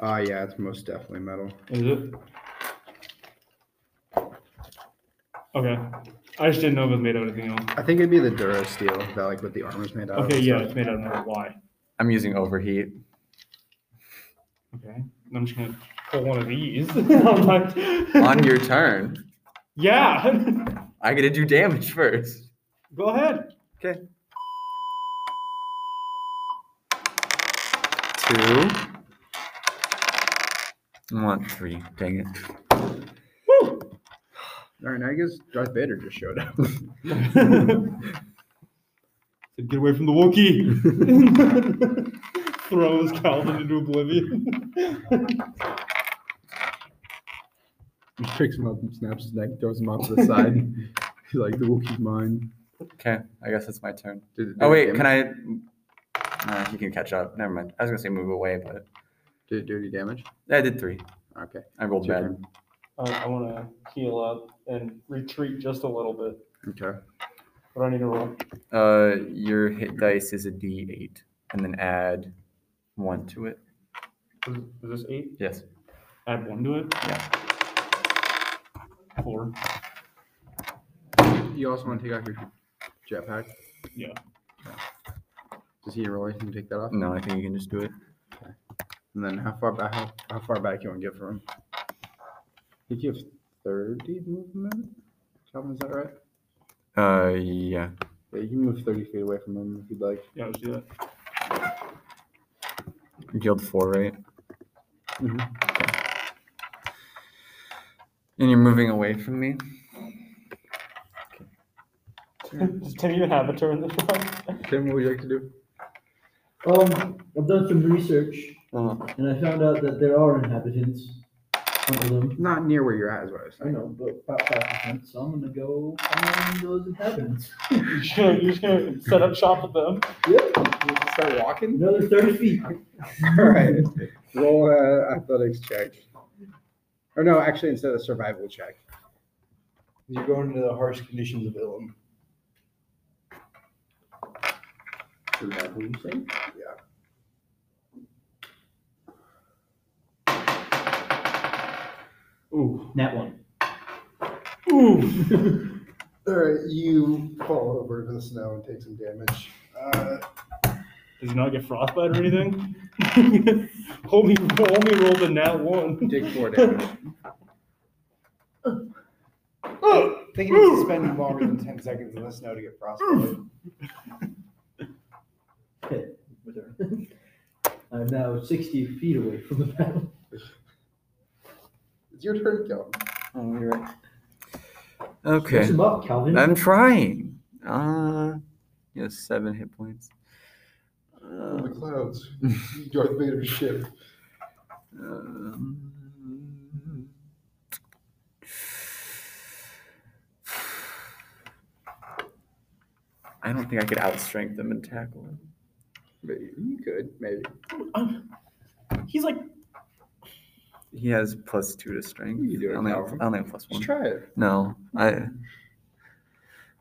S9: Ah, yeah, it's most definitely metal.
S13: Is it? Okay. I just didn't know if it was made out of anything else.
S9: I think it'd be the Durasteel that like what the armor's made out of.
S13: Okay,
S9: and
S13: yeah,
S9: stuff.
S13: it's made out of metal. Why?
S10: I'm using overheat.
S13: Okay. I'm just gonna pull one of these. I'm like,
S10: on your turn,
S13: yeah.
S10: I gotta do damage first.
S13: Go ahead.
S10: Okay. Two. I want three. Dang it.
S9: All right, now I guess Darth Vader just showed up.
S13: Said, Get away from the Wookiee. Throws Calvin into oblivion.
S9: He picks him up and snaps his neck, throws him off to the side. He's like, the Wookiee's mine.
S10: Okay, I guess it's my turn.
S9: Did it do
S10: Oh wait,
S9: damage?
S10: can I? Uh, he can catch up. Never mind. I was gonna say move away, but
S9: Did it do any damage?
S10: I did three.
S9: Okay.
S10: I rolled
S9: Your
S10: bad.
S7: Uh, I want to heal up and retreat just a little bit,
S9: Okay.
S7: but I need to roll.
S10: Uh, your hit dice is a D8, and then add one to it.
S13: Is this eight?
S10: Yes.
S13: Add one to it?
S10: Yeah.
S13: Four.
S9: You also want to take off your jetpack?
S13: Yeah.
S9: Does he roll anything to take that off?
S10: No, I think you can just do it.
S9: And then how far back? How, how far back you want to get from him? I think you have thirty movement. Calvin, is that right?
S10: Uh, yeah.
S9: Yeah, you can move thirty feet away from him if you'd like.
S13: Yeah, let's do that.
S10: Guild four, right?
S9: Mhm.
S10: And you're moving away from me.
S7: Does Tim even have a turn this round?
S9: Tim, what would you like to do?
S3: Um, I've done some research
S10: Uh,
S9: Uh-huh.
S3: and I found out that there are inhabitants. Some of them.
S9: Not near where you're at is what I was
S3: I
S9: saying.
S3: know, but about five percent. So I'm gonna go find those inhabitants.
S7: You're just gonna- you're just gonna set up shop with them.
S9: Just Start walking.
S3: Another thirty feet.
S9: All right. Roll uh, athletics check. Or no, actually, instead of survival check.
S2: You're going into the harsh conditions of Ilum.
S3: Survival, you say?
S13: Ooh.
S3: That one.
S2: All right, you fall over to the snow and take some damage. Uh,
S13: Does he not get frostbite or anything? homie, homie rolled a nat one.
S9: Take four damage.
S2: I think you need to spend longer than 10 seconds in the snow to get frostbite.
S3: Hit. I'm now sixty feet away from the battle.
S12: It's your turn, Calvin.
S10: Oh, you're right. Okay.
S3: Fix him up, Calvin.
S10: I'm trying. Uh, you have seven hit points. Uh,
S12: In the clouds. Darth Vader's ship.
S10: Um, I don't think I could outstrength them and tackle them.
S9: Maybe you could, maybe.
S7: He's like,
S10: He has plus two to strength.
S9: You do it,
S10: I only, have-
S9: Calvin.
S10: I only have plus one.
S9: Just try it.
S10: No, I.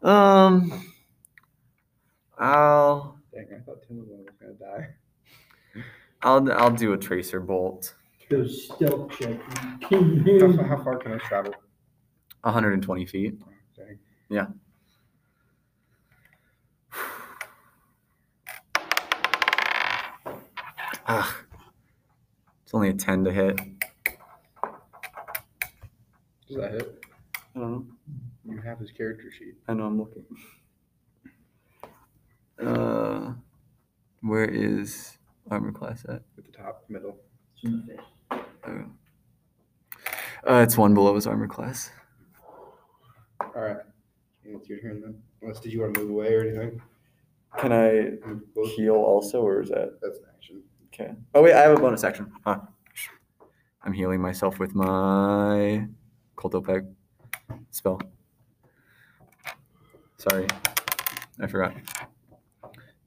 S10: Um. I'll
S9: Dang, I thought Tim was gonna die.
S10: I'll I'll do a tracer bolt.
S3: Go stealth check.
S9: How, fa- how far can I travel?
S10: 120 feet.
S9: Dang.
S10: Yeah. Ah, it's only a 10 to hit.
S9: Does that hit? Uh-huh.
S10: I don't know.
S9: You have his character sheet.
S10: I know I'm looking. Uh, where is armor class at?
S9: At the top, middle.
S10: Oh. Uh, it's one below his armor class.
S9: All right. It's your turn then. Unless, did you want to move away or anything?
S10: Can I
S9: Move close?
S10: heal also, or is that
S9: That's an action.
S10: okay? Oh wait, I have a bonus action. Huh. I'm healing myself with my Coltopeg spell. Sorry, I forgot.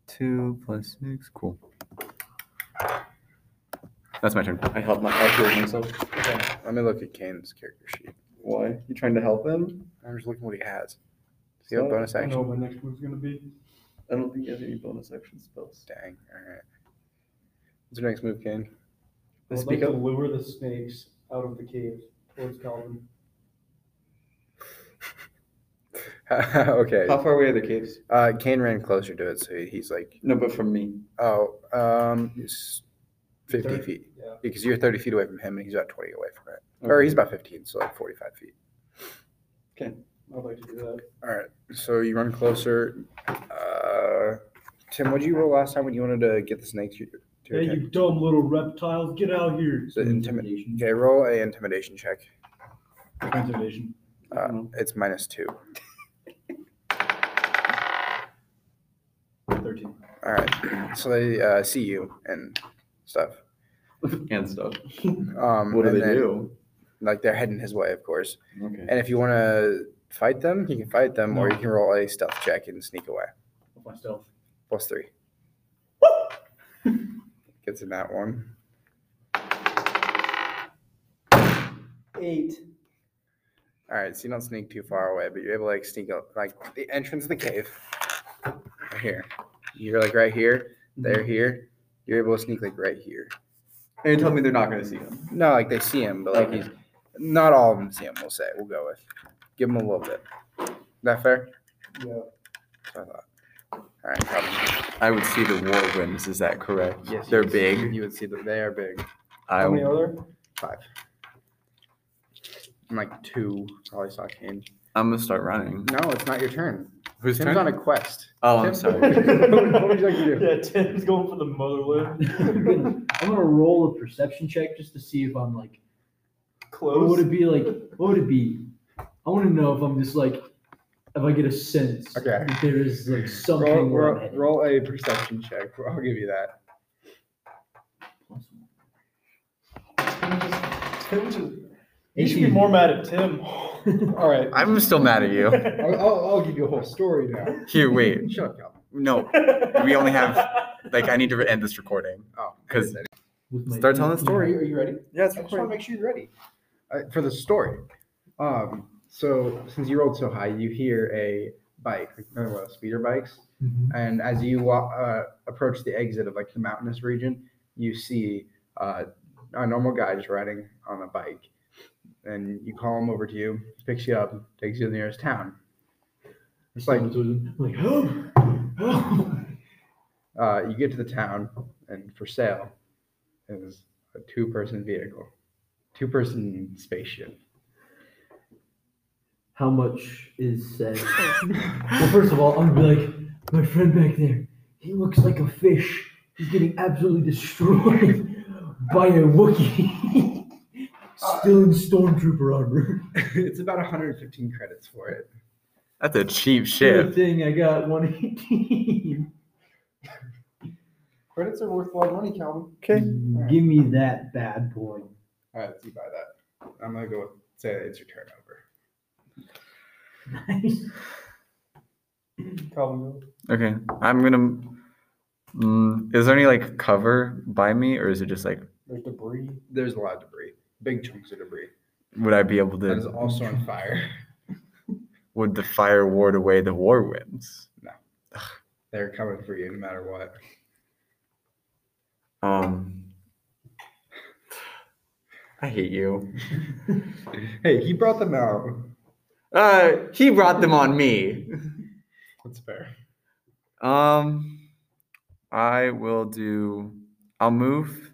S10: Two plus six, cool. That's my turn. I help my I healed myself.
S9: Let me look at Kane's character sheet.
S10: Why? You trying to help him?
S9: I'm just looking what he has. Does he have bonus
S7: I know
S9: action?
S7: what my next move's gonna be.
S10: I don't think he has any bonus action spells.
S9: Dang. All right. What's your next move, Kane?
S4: I would
S9: Speak
S4: like to
S9: up.
S4: lure the snakes out of the cave towards Calvin.
S9: okay.
S10: How far away are the caves?
S9: Uh, Kane ran closer to it, so he's like,
S10: No, but from me.
S9: oh, um, it's 50
S4: Thirty-
S9: feet.
S4: yeah.
S9: Because you're 30 feet away from him, and he's about 20 away from it. Or he's about 15, so like 45 feet.
S4: I'd like to do that.
S9: All right. So you run closer. Uh, Tim, what did you roll last time when you wanted to get the snake to, to
S3: Hey,
S9: attack?
S3: you dumb little reptiles, get out here.
S9: So intimidation. Okay, roll a intimidation check.
S7: Intimidation.
S9: Uh, it's minus two.
S7: 13.
S9: All right. So they uh, see you and stuff.
S10: And stuff.
S9: Um,
S10: What do
S9: and
S10: they
S9: then,
S10: do?
S9: Like they're heading his way, of course.
S10: Okay.
S9: And if you want to fight them, you can fight them, or you can roll a stealth check and sneak away.
S7: With my stealth.
S9: Plus three. Gets in that one.
S4: Eight.
S9: All right, so you don't sneak too far away, but you're able to like sneak up, like the entrance of the cave. Right here, you're like right here.
S10: Mm-hmm.
S9: They're here. You're able to sneak like right here.
S10: And you tell me they're not going to see him.
S9: No, like they see him, but like he's not all of them see him. We'll say we'll go with give him a little bit. that fair?
S4: Yeah.
S9: That's what I thought. All right. Calvin.
S10: I would see the wargrims. Is that correct?
S9: Yes, you
S10: They're
S9: would see-
S10: big.
S9: You would see that they are big.
S10: I
S4: How many
S10: w-
S4: are there?
S9: Five. I'm like two. Probably saw Kane.
S10: I'm gonna start running.
S9: No, it's not your turn.
S10: Who's
S9: Tim's on a quest.
S10: Oh, I'm
S9: Tim's-
S10: sorry.
S9: what would you like to do?
S4: Yeah, Tim's going for the motherland.
S3: I'm gonna, I'm gonna roll a perception check just to see if I'm like, what would
S4: Close.
S3: it be like? What would it be? I want to know if I'm just like, if I get a sense
S9: Okay.
S3: that there is like something.
S9: Roll,
S3: where I'm
S9: roll,
S3: headed.
S9: roll a perception check. I'll give you that.
S4: Tim just, you should be more mad at Tim.
S12: All right.
S10: I'm still mad at you.
S12: I'll, I'll, I'll give you a whole story now.
S10: Here, wait.
S9: Shut up, Calvin.
S10: No, we only have like I need to end this recording.
S9: Oh,
S10: Because
S3: With my
S10: start telling the
S9: Are
S10: story.
S9: you, are you ready?
S10: Yeah, it's
S9: I just want to make sure you're ready uh, for the story. Um, so since you rolled so high, you hear a bike, like one
S1: uh,
S9: of those speeder bikes,
S7: Mm-hmm.
S3: Mhm.
S9: and as you walk, uh, approach the exit of like the mountainous region, you see uh, a normal guy just riding on a bike, and you call him over to you, he picks you up, takes you to the nearest town. It's like
S3: I'm like, oh, oh.
S9: uh, you get to the town, and for sale is a two-person vehicle, two-person spaceship.
S3: How much is said? well, first of all, I'm gonna be like, my friend back there, he looks like a fish. He's getting absolutely destroyed by a Wookiee.
S4: Still in stormtrooper armor.
S14: it's about 115 credits for it.
S10: That's a cheap
S4: Good
S10: ship.
S4: thing I got 118.
S9: Credits are worth a lot of money, Calvin.
S10: Okay.
S4: Mm, Give me that bad boy.
S14: All right, you buy that. I'm gonna go with, say it's your turn over.
S4: Nice.
S15: Calvin,
S10: Okay, I'm gonna. Mm, is there any like cover by me, or is it just like
S15: there's debris.
S14: There's a lot of debris, big chunks of debris.
S10: would I be able
S14: That is
S10: to?
S14: also on fire.
S10: Would the fire ward away the war winds?
S14: They're coming for you no matter what.
S10: Um, I hate you.
S14: Hey, he brought them out.
S10: Uh, he brought them on me.
S14: That's fair.
S10: Um, I will do. I'll move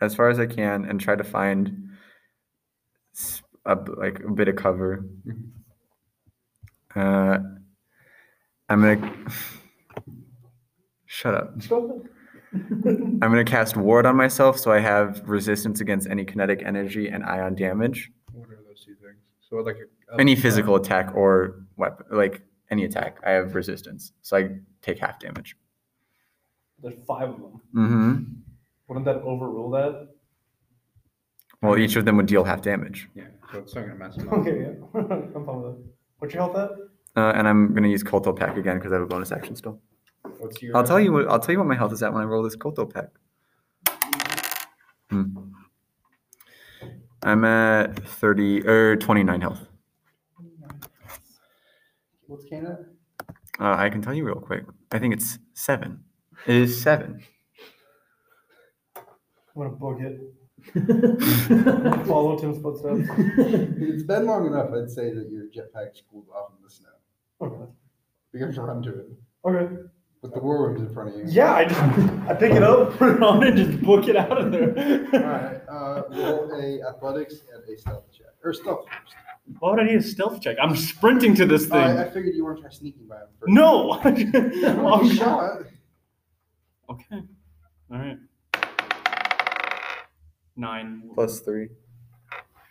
S10: as far as I can and try to find s- a, b- like a bit of cover. Uh, I'm gonna shut up. I'm gonna cast ward on myself so I have resistance against any kinetic energy and ion damage,
S14: What are those two things? So like a,
S10: any physical attack or weapon, like any attack. I have resistance, so I take half damage.
S15: There's five of them.
S10: Mm-hmm.
S15: Wouldn't that overrule that?
S10: Well, each of them would deal half damage,
S14: Yeah, so it's not gonna mess them up.
S15: Okay, yeah. I'm fine with that. What's your health at?
S10: uh, and I'm gonna use Kotal Pack again because I have a bonus action still.
S14: What's your?
S10: I'll tell you what I'll tell you what my health is at when I roll this Kotal Pack. Hmm. I'm at thirty or twenty nine health.
S9: What's Canada?
S10: Uh, I can tell you real quick. I think it's seven. It is seven.
S15: I'm gonna book it. Follow Tim's footsteps.
S9: It's been long enough. I'd say that your jetpack's cooled off in the snow.
S15: Okay.
S9: You're gonna run to it
S15: Okay.
S9: with the whirlwinds in front of you.
S15: Yeah, I, just, I pick it up, put it on, and just book it out of
S9: All
S15: there.
S9: right. Uh, roll a athletics and a stealth check, or stealth first. Uh,
S7: Why would I need a stealth check? I'm sprinting to this thing.
S9: I, I figured you weren't trying sneaking by him first.
S7: no.
S9: Oh,
S7: Oh, God.
S9: shot.
S7: okay. All right. Nine.
S10: Plus three.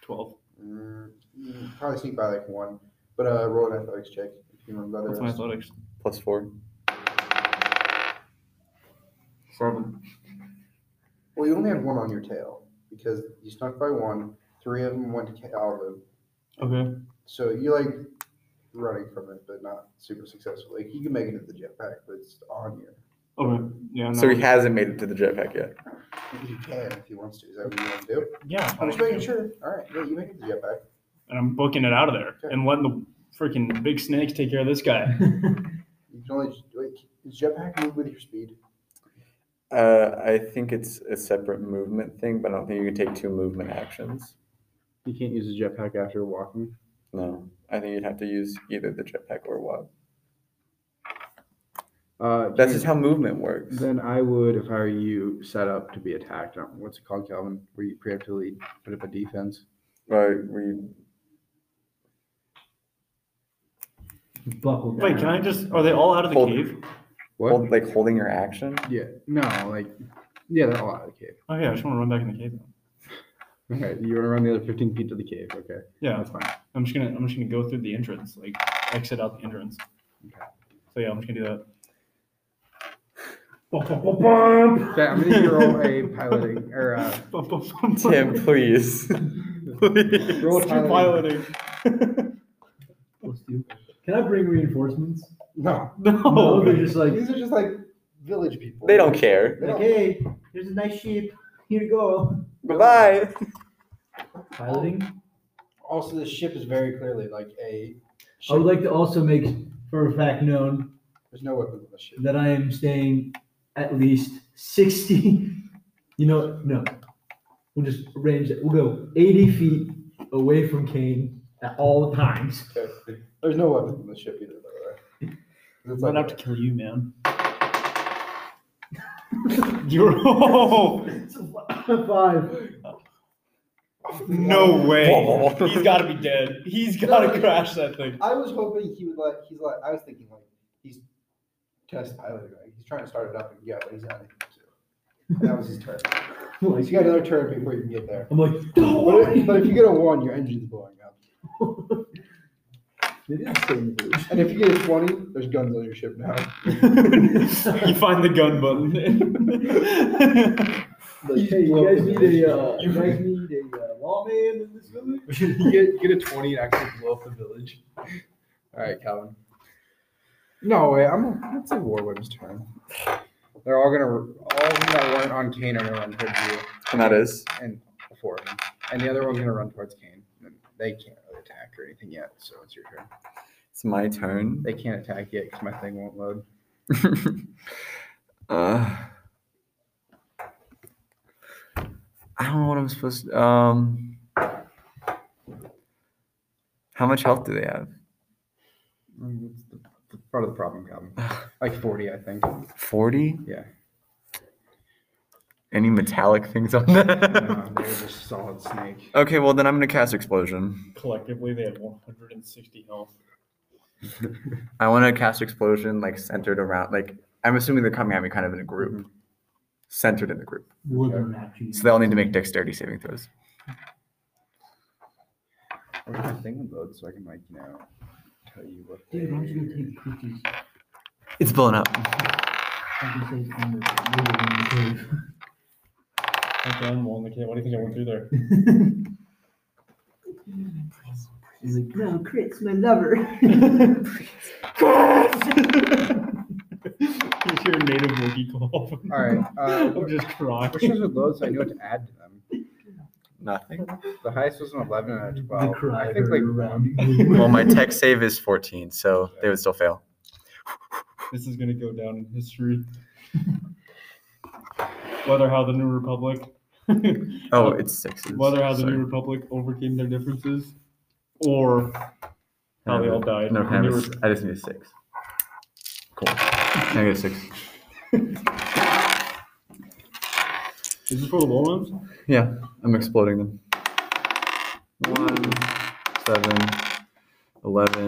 S7: Twelve.
S9: Mm, you probably sneak by like one, but uh, roll an athletics check if you remember. the
S7: That's my
S9: rest.
S7: athletics.
S10: Plus four.
S7: Seven.
S9: Well, you only have one on your tail because you snuck by one. Three of them went to Calvin,
S7: Okay.
S9: so you like running from it, but not super successful. Like you can make it to the jetpack, but it's on you.
S7: Okay. Yeah. No.
S10: So he hasn't made it to the jetpack yet.
S9: You can if he wants to. Is that what you want to do?
S7: yeah.
S9: I'm just making sure. All right, yeah, you make it to the jetpack.
S7: And I'm booking it out of there
S9: Okay.
S7: and letting the freaking big snakes take care of this guy.
S9: You can only like does jetpack move with your speed.
S10: Uh, I think it's a separate movement thing, but I don't think you can take two movement actions.
S14: You can't use a jetpack after walking.
S10: No, I think you'd have to use either the jetpack or what.
S14: Uh,
S10: That's
S14: James,
S10: just how movement works.
S14: Then I would, if I were you, set up to be attacked. Um, What's it called, Calvin? Where you preemptively put up a defense.
S10: Right? We
S4: Buckle down.
S7: Wait, can I just? Are they all out of the
S10: Hold-
S7: cave?
S14: What?
S10: hold, like holding your action.
S14: Yeah. No, like, yeah, they're all out of the cave.
S7: Oh yeah, I just want to run back in the cave. Then.
S14: Okay, you want to run the other 15 feet to the cave. Okay,
S7: Yeah,
S14: that's fine.
S7: I'm just gonna I'm just gonna go through the entrance, like exit out the entrance.
S14: Okay.
S7: So yeah, I'm just gonna do that.
S14: Okay, I'm gonna need you to roll a piloting or uh,
S7: Bum, bum, bum, bum.
S10: Tim, please. please.
S14: roll a
S7: Two piloting.
S4: Let's do- Can I bring reinforcements?
S9: No,
S4: No,
S7: No.
S4: they're just like,
S9: these are just like village people.
S10: They don't care.
S9: They don't-
S4: like, hey, here's a nice sheep. Here you go.
S10: Bye bye.
S4: Piloting.
S9: Also, the ship is very clearly like a.
S4: I
S7: Oh,
S4: would like to also make for a fact known
S9: There's no weapons on the ship.
S4: that I am staying at least 60. You know, no. We'll just arrange it. We'll go 80 feet away from Kane at all times.
S9: Okay. There's no weapons on the ship either, by the way. It's
S7: I'm
S9: like,
S7: gonna have to kill you, man. You're oh,
S4: Five.
S7: no way.
S10: Whoa.
S7: He's gotta be dead. He's gotta crash that thing.
S9: I was hoping he would like. He's like. I was thinking like he's test piloting. Like he's trying to start it up and yeah, but he's not able to. That was his turn.
S3: Well,
S9: you got another turn before you can get there.
S3: I'm like,
S9: But if, but if you get a one, your engine's blowing up.
S3: It is same
S9: And if you get a twenty, there's guns on your ship now.
S7: you find the gun button.
S3: Hey, you guys need a, uh, you guys need a uh, lawman in this village?
S9: you get get a twenty and actually blow up the village. All right, Calvin. No way. I'm. Let's say Warwick's turn.
S1: They're all gonna all of them that weren't on Kane are gonna run towards you.
S10: And that is?
S1: and four of them. And the other one's gonna run towards Kane. And They can't really attack or anything yet, so it's your turn.
S10: It's my turn.
S1: They can't attack yet because my thing won't load.
S10: uh, I don't know what I'm supposed to. Um, how much health do they have?
S1: Mm, That's the, the part of the problem, Calvin. Like forty, I think.
S10: 40?
S1: Yeah.
S10: Any metallic things on that?
S1: No, they're just solid snake.
S10: okay, well, then I'm going to cast Explosion.
S7: Collectively, they have 160 health.
S10: I want to cast Explosion, like, centered around, like, I'm assuming they're coming at me kind of in a group. Centered in the group.
S3: Looking at you.
S10: So they all need to make dexterity saving throws.
S1: I wish my thing would load so I can like you know tell you what.
S3: Dude, why don't you go
S1: they-
S3: take cookies?
S10: It's blown up.
S3: I can say it's under- under the cave.
S7: Okay, I'm rolling the cave. What do you think I went through there?
S3: He's like, no, Chris, my lover.
S7: Just hear a native Wookiee call.
S1: All right. Uh,
S7: I'm just crying.
S1: which ones would load so I knew what to add to them?
S10: Nothing.
S1: The highest was an eleven and a
S3: The
S1: twelve.
S3: cry
S1: I think like
S10: Well, my tech save is 14, so they would still fail.
S7: This is gonna go down in history. Whether how the New Republic,
S10: Oh, it's sixes.
S7: whether how the
S10: Sorry.
S7: New Republic overcame their differences, or how they all died.
S10: No,
S7: The
S10: can I, have
S7: New
S10: a s- I just need a six. Cool. Can I get a six?
S7: Re- is this for the Wolves?
S10: Yeah, I'm exploding them. One, seven, eleven,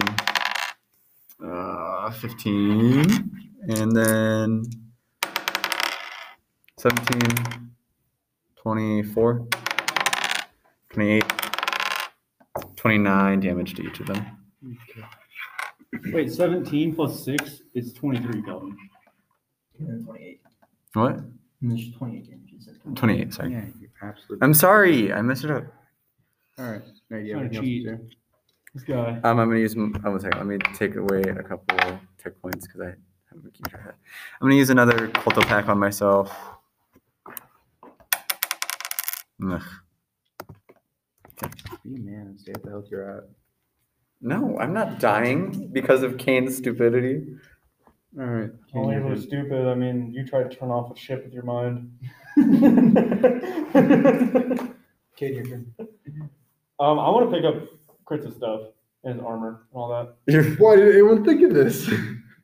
S10: uh, fifteen, and then seventeen, twenty-four, twenty-eight, twenty-nine damage to each of them.
S7: Wait, 17 plus 6 is 23, Kelvin.
S3: And 28.
S10: What?
S3: And there's 28 damages.
S10: Twenty-eight. Sorry.
S1: Yeah, you absolutely.
S10: I'm sorry. I messed it up.
S1: All right. No, you
S7: Trying
S1: have
S7: to
S1: anything else
S7: cheat.
S1: to do?
S7: This guy.
S10: Um, I'm gonna use. m- Oh, one second. Let me take away a couple tech points because I haven't been keeping track of that. I'm gonna use another cult attack on myself. Ugh.
S1: Be a man and stay at the health you're at.
S10: No, I'm not dying because of Kane's stupidity.
S1: All right. Kane,
S7: Only if it
S1: you're
S7: was
S1: good.
S7: stupid. I mean, you tried to turn off a ship with your mind.
S9: Kid, your turn.
S7: Um, I want to pick up Kritz's stuff and his armor and all that.
S9: Why did anyone think of this?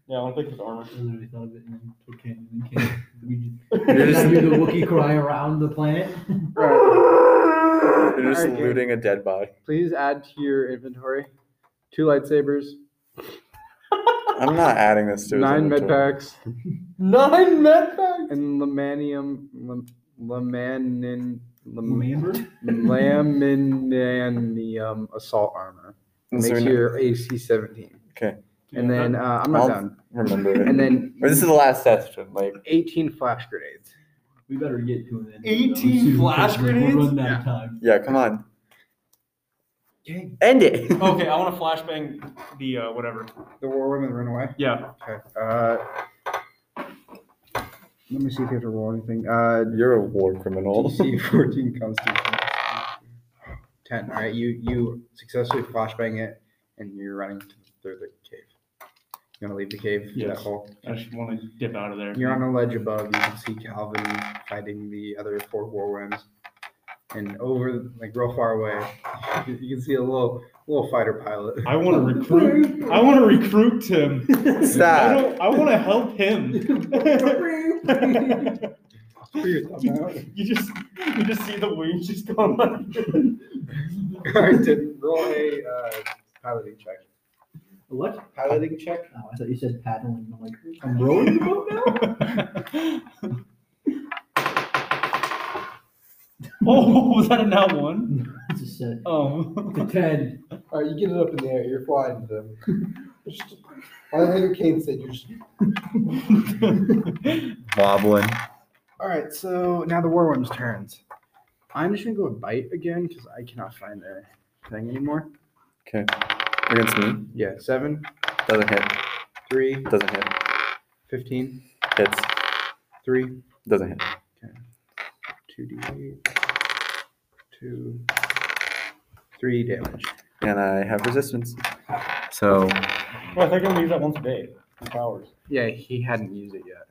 S7: Yeah, I want to pick his armor.
S3: I literally thought of it and then took Ken and then Ken. We just
S10: You're
S3: Did I do
S10: just,
S3: the Wookiee cry around the planet.
S1: All right.
S10: you're just
S1: All right, Kane.
S10: looting a dead body.
S1: Please add to your inventory two lightsabers,
S10: I'm not adding this to his
S1: nine med
S10: inventory.
S1: packs,
S9: Nine med packs.
S1: and lamanium, lam, lamanin, lam,
S3: Remember?
S1: laminanium assault armor.
S10: Is
S1: Makes
S10: there no-
S1: your AC 17.
S10: Okay.
S1: And then uh, I'm not
S10: I'll
S1: done.
S10: remember it.
S1: And then
S10: Or this is the last session. Like
S1: 18 flash grenades.
S3: We better get to an end.
S4: 18 flash grenades?
S3: We'll run that time.
S10: Yeah, come on. End it.
S7: Okay, I want to flashbang the uh, whatever.
S1: The war women run away.
S7: Yeah.
S1: Okay. Uh, let me see if you have to roll anything. Uh,
S10: You're a war criminal.
S1: DC 14 Constitution. 10. All right. You you successfully flashbang it, and you're running through the cave. You want to leave the cave? through That
S7: Yes.
S1: hole.
S7: I just want to dip out of there.
S1: You're on a ledge above. You can see Calvin fighting the other four war worms. And over, like real far away, you can see a little little fighter pilot.
S7: I want to recruit. I want to recruit Tim. I,
S10: Stop.
S7: don't, I want to help him.
S1: Put your thumb out.
S7: you just you just see the wings just going like
S1: All right, Tim, roll a uh, piloting check.
S3: What?
S1: Piloting check.
S3: Oh, I thought you said paddling. I'm like, I'm rolling the boat now?
S7: Oh, was that a not one?
S3: It's a set.
S7: Um,
S3: To ten.
S16: All right, you get it up in the air. You're flying to them. Just- I think Kane said you're just.
S2: Wobbling.
S9: All right, so now the warworm's turns. I'm just gonna go with bite again because I cannot find their thing anymore.
S2: Okay. Against me.
S9: Yeah, seven,
S2: Doesn't hit.
S9: three,
S2: Doesn't hit.
S9: 15,
S2: Hits.
S9: three,
S2: Doesn't hit.
S9: two D eight, two, three damage.
S2: And I have resistance. So
S7: well, I think I'm gonna use that once a day. Powers.
S9: Yeah, he hadn't used it yet.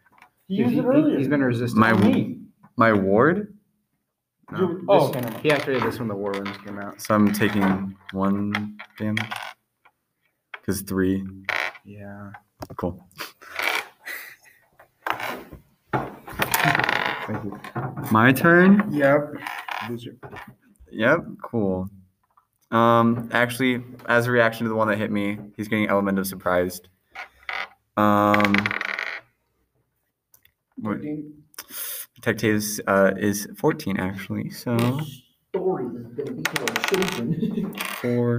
S7: He
S9: Dude,
S7: used it
S9: he-
S7: earlier.
S9: He's been resisting.
S2: my
S7: Me.
S2: my ward.
S7: You-
S9: No, this-
S7: oh, okay, never mind.
S9: he activated this when the warworms came out.
S2: So I'm taking one damage. Cause three.
S9: Yeah.
S2: Cool.
S9: Thank you.
S2: My turn.
S9: Yep. Loser.
S2: Yep, cool. Um, actually, as a reaction to the one that hit me, he's getting element of surprised. Um, what- Tectatus uh, is 14 actually, so
S3: Story is gonna be for our children.
S2: four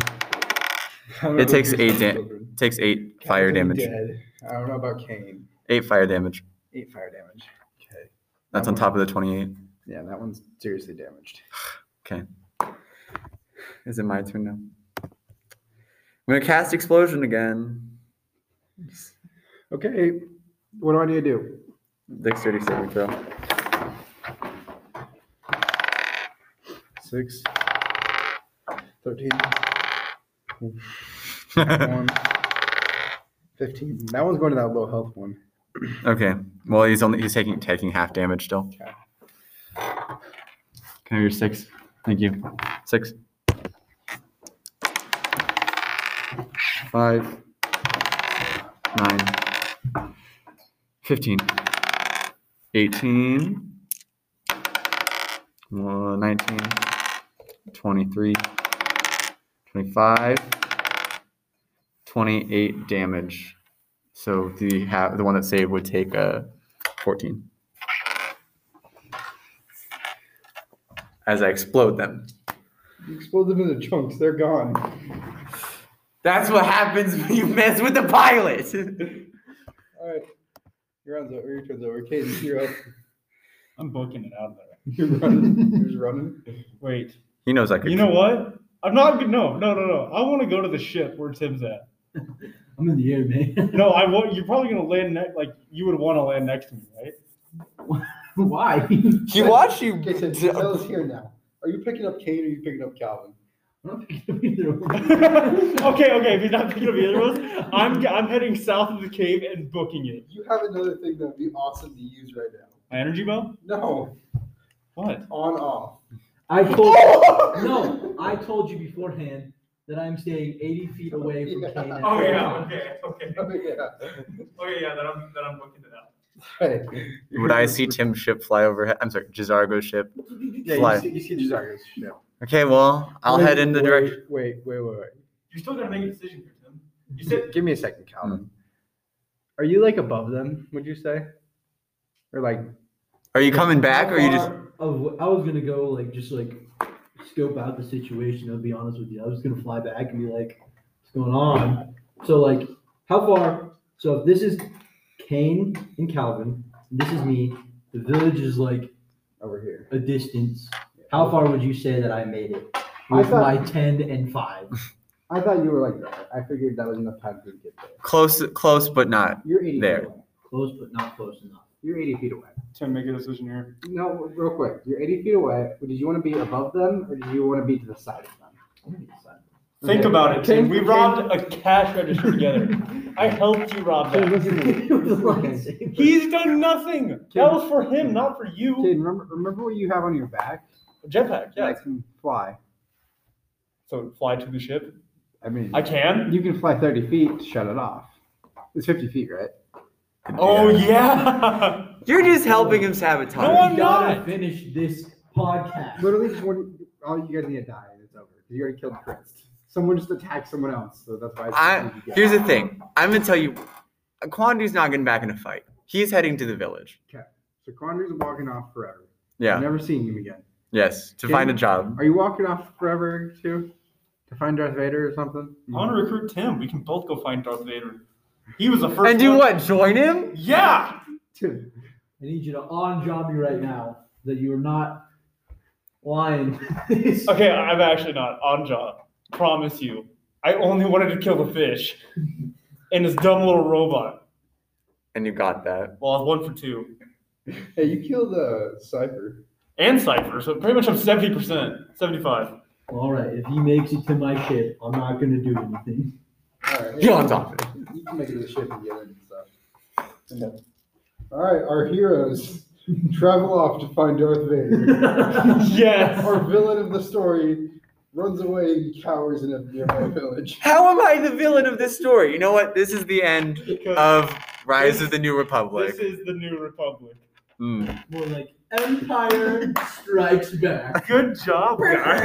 S2: It takes eight da- takes eight fire damage.
S16: Dead. I don't know about Kane.
S2: Eight fire damage.
S9: Eight fire damage. Okay.
S2: That's on top of the 28.
S9: Yeah, that one's seriously damaged.
S2: Okay. Is it my turn now? I'm gonna cast explosion again.
S9: Okay. What do I need to do?
S2: Dexterity saving throw.
S9: Six. Thirteen.
S2: okay.
S9: One. Fifteen. That one's going to that low health one.
S2: Well, he's only he's taking taking half damage still.
S9: Okay.
S2: Can I have your six? Thank you. Six. Five. Nine. Fifteen. Eighteen. One, Nineteen. Twenty-three. Twenty-five. Twenty-eight damage. So the ha- the one that saved would take a fourteen. As I explode them.
S16: You explode them into chunks. They're gone.
S2: That's what happens when you mess with the pilot.
S16: All right. Your round's over. Your turn's over. Kane, you're up.
S7: I'm booking it out of there.
S16: You're running. You're just running.
S7: Wait.
S2: He knows I could.
S7: You know what? I'm not. g- No, no, no, no. I want to go to the ship where Tim's at.
S3: I'm in the air, man.
S7: No, I want. You're probably gonna land next. Like you would want to land next to me, right?
S3: Why?
S10: He watched you.
S16: Okay, so tell us here now. Are you picking up Kane or are you picking up Calvin?
S7: okay, okay. If he's not picking up either of us, I'm I'm heading south of the cave and booking it.
S16: You have another thing that would be awesome to use right now.
S7: My energy bow.
S16: No,
S7: What?
S16: on off.
S3: I told no. I told you beforehand that I'm staying 80 feet away from Kane. at
S7: Oh,
S3: all times.
S7: Okay. Okay.
S16: Oh, yeah.
S7: Okay. Yeah. Then I'm then I'm booking it out.
S16: Hey.
S2: Would I see Tim's ship fly overhead? I'm sorry, Jizargo's ship.
S9: Yeah,
S2: Fly.
S9: you see, you see Jazargus. Yeah.
S2: Okay, well, I'll head in the
S9: Wait,
S2: direction.
S9: Wait, wait, wait, wait.
S7: You're still gonna make a decision here, Tim. You
S9: Gi- Give me a second,
S2: Hmm.
S9: Calvin. Are you like above them? Would you say? Or like
S2: Are you coming back, or you just?
S3: Far Uh, of- I was gonna go like just like scope out the situation. I'll be honest with you. I was gonna fly back and be like, "What's going on?" So like, how far? So if this is Kane and Calvin, and this is me. The village is like
S9: over here?
S3: a distance. How far would you say that I made it
S9: I
S3: with
S9: thought-
S3: my ten and five?
S9: I thought you were like that. I figured that was enough time for you to get there.
S2: Close, close, but not.
S9: You're eighty
S2: There.
S9: feet away.
S3: Close, but not close enough.
S9: You're eighty feet away.
S7: Tim, make a decision here.
S9: No, real quick. You're eighty feet away. Did you want to be above them or did you want to be to the side of them?
S7: Think
S9: Okay.
S7: about it, Tim.
S9: Tim-
S7: We
S9: Tim-
S7: robbed a cash register together. I helped you rob that. He's done nothing. That was for him, not for you.
S9: Kid, remember, remember what you have on your back?
S7: Jetpack, yeah.
S9: I can fly.
S7: So fly to the ship.
S9: I mean,
S7: I can.
S9: you can fly thirty feet. to Shut it off. It's fifty feet, right?
S7: Oh yeah.
S10: You're just helping him sabotage.
S7: No, I'm
S3: We gotta
S7: not.
S3: Finish this podcast.
S9: Literally, just one. All you guys need to die, and it's over. You already killed Chris. Someone just attacked someone else, so that's why. It's
S2: I
S9: yeah.
S2: here's the thing. I'm gonna tell you, Quandu's not getting back in a fight. He's heading to the village.
S9: So Condor's walking off forever.
S2: Yeah.
S9: Never seeing him again.
S2: Yes, to find a
S10: Tim,
S2: job.
S10: Are you walking off forever too? To find Darth Vader or something?
S7: I want to recruit Tim. We can both go find Darth Vader. He was the first.
S2: And do
S7: one-
S2: what? Join him?
S7: Yeah.
S4: I need you to on job me right now that you are not lying. okay,
S7: I'm actually not on job. Promise you. I only wanted to kill the fish and this dumb little robot.
S2: And you got that.
S7: Well, I was one for two.
S9: Hey, you killed uh, Cypher.
S7: And Cypher, so pretty much I'm 70%, 75.
S4: All right, if he makes it to my ship, I'm not gonna do anything.
S9: Alright.
S2: You're on top
S9: You can make it to the ship and get in and stuff. Alright, our heroes travel off to find Darth Vader.
S7: Yes.
S9: Our villain of the story runs away and cowers in a nearby village.
S2: How am I the villain of this story? You know what? This is the end of Rise of the New Republic.
S7: This is the new republic.
S2: Mm.
S4: More like Empire Strikes Back.
S7: Good job, guys.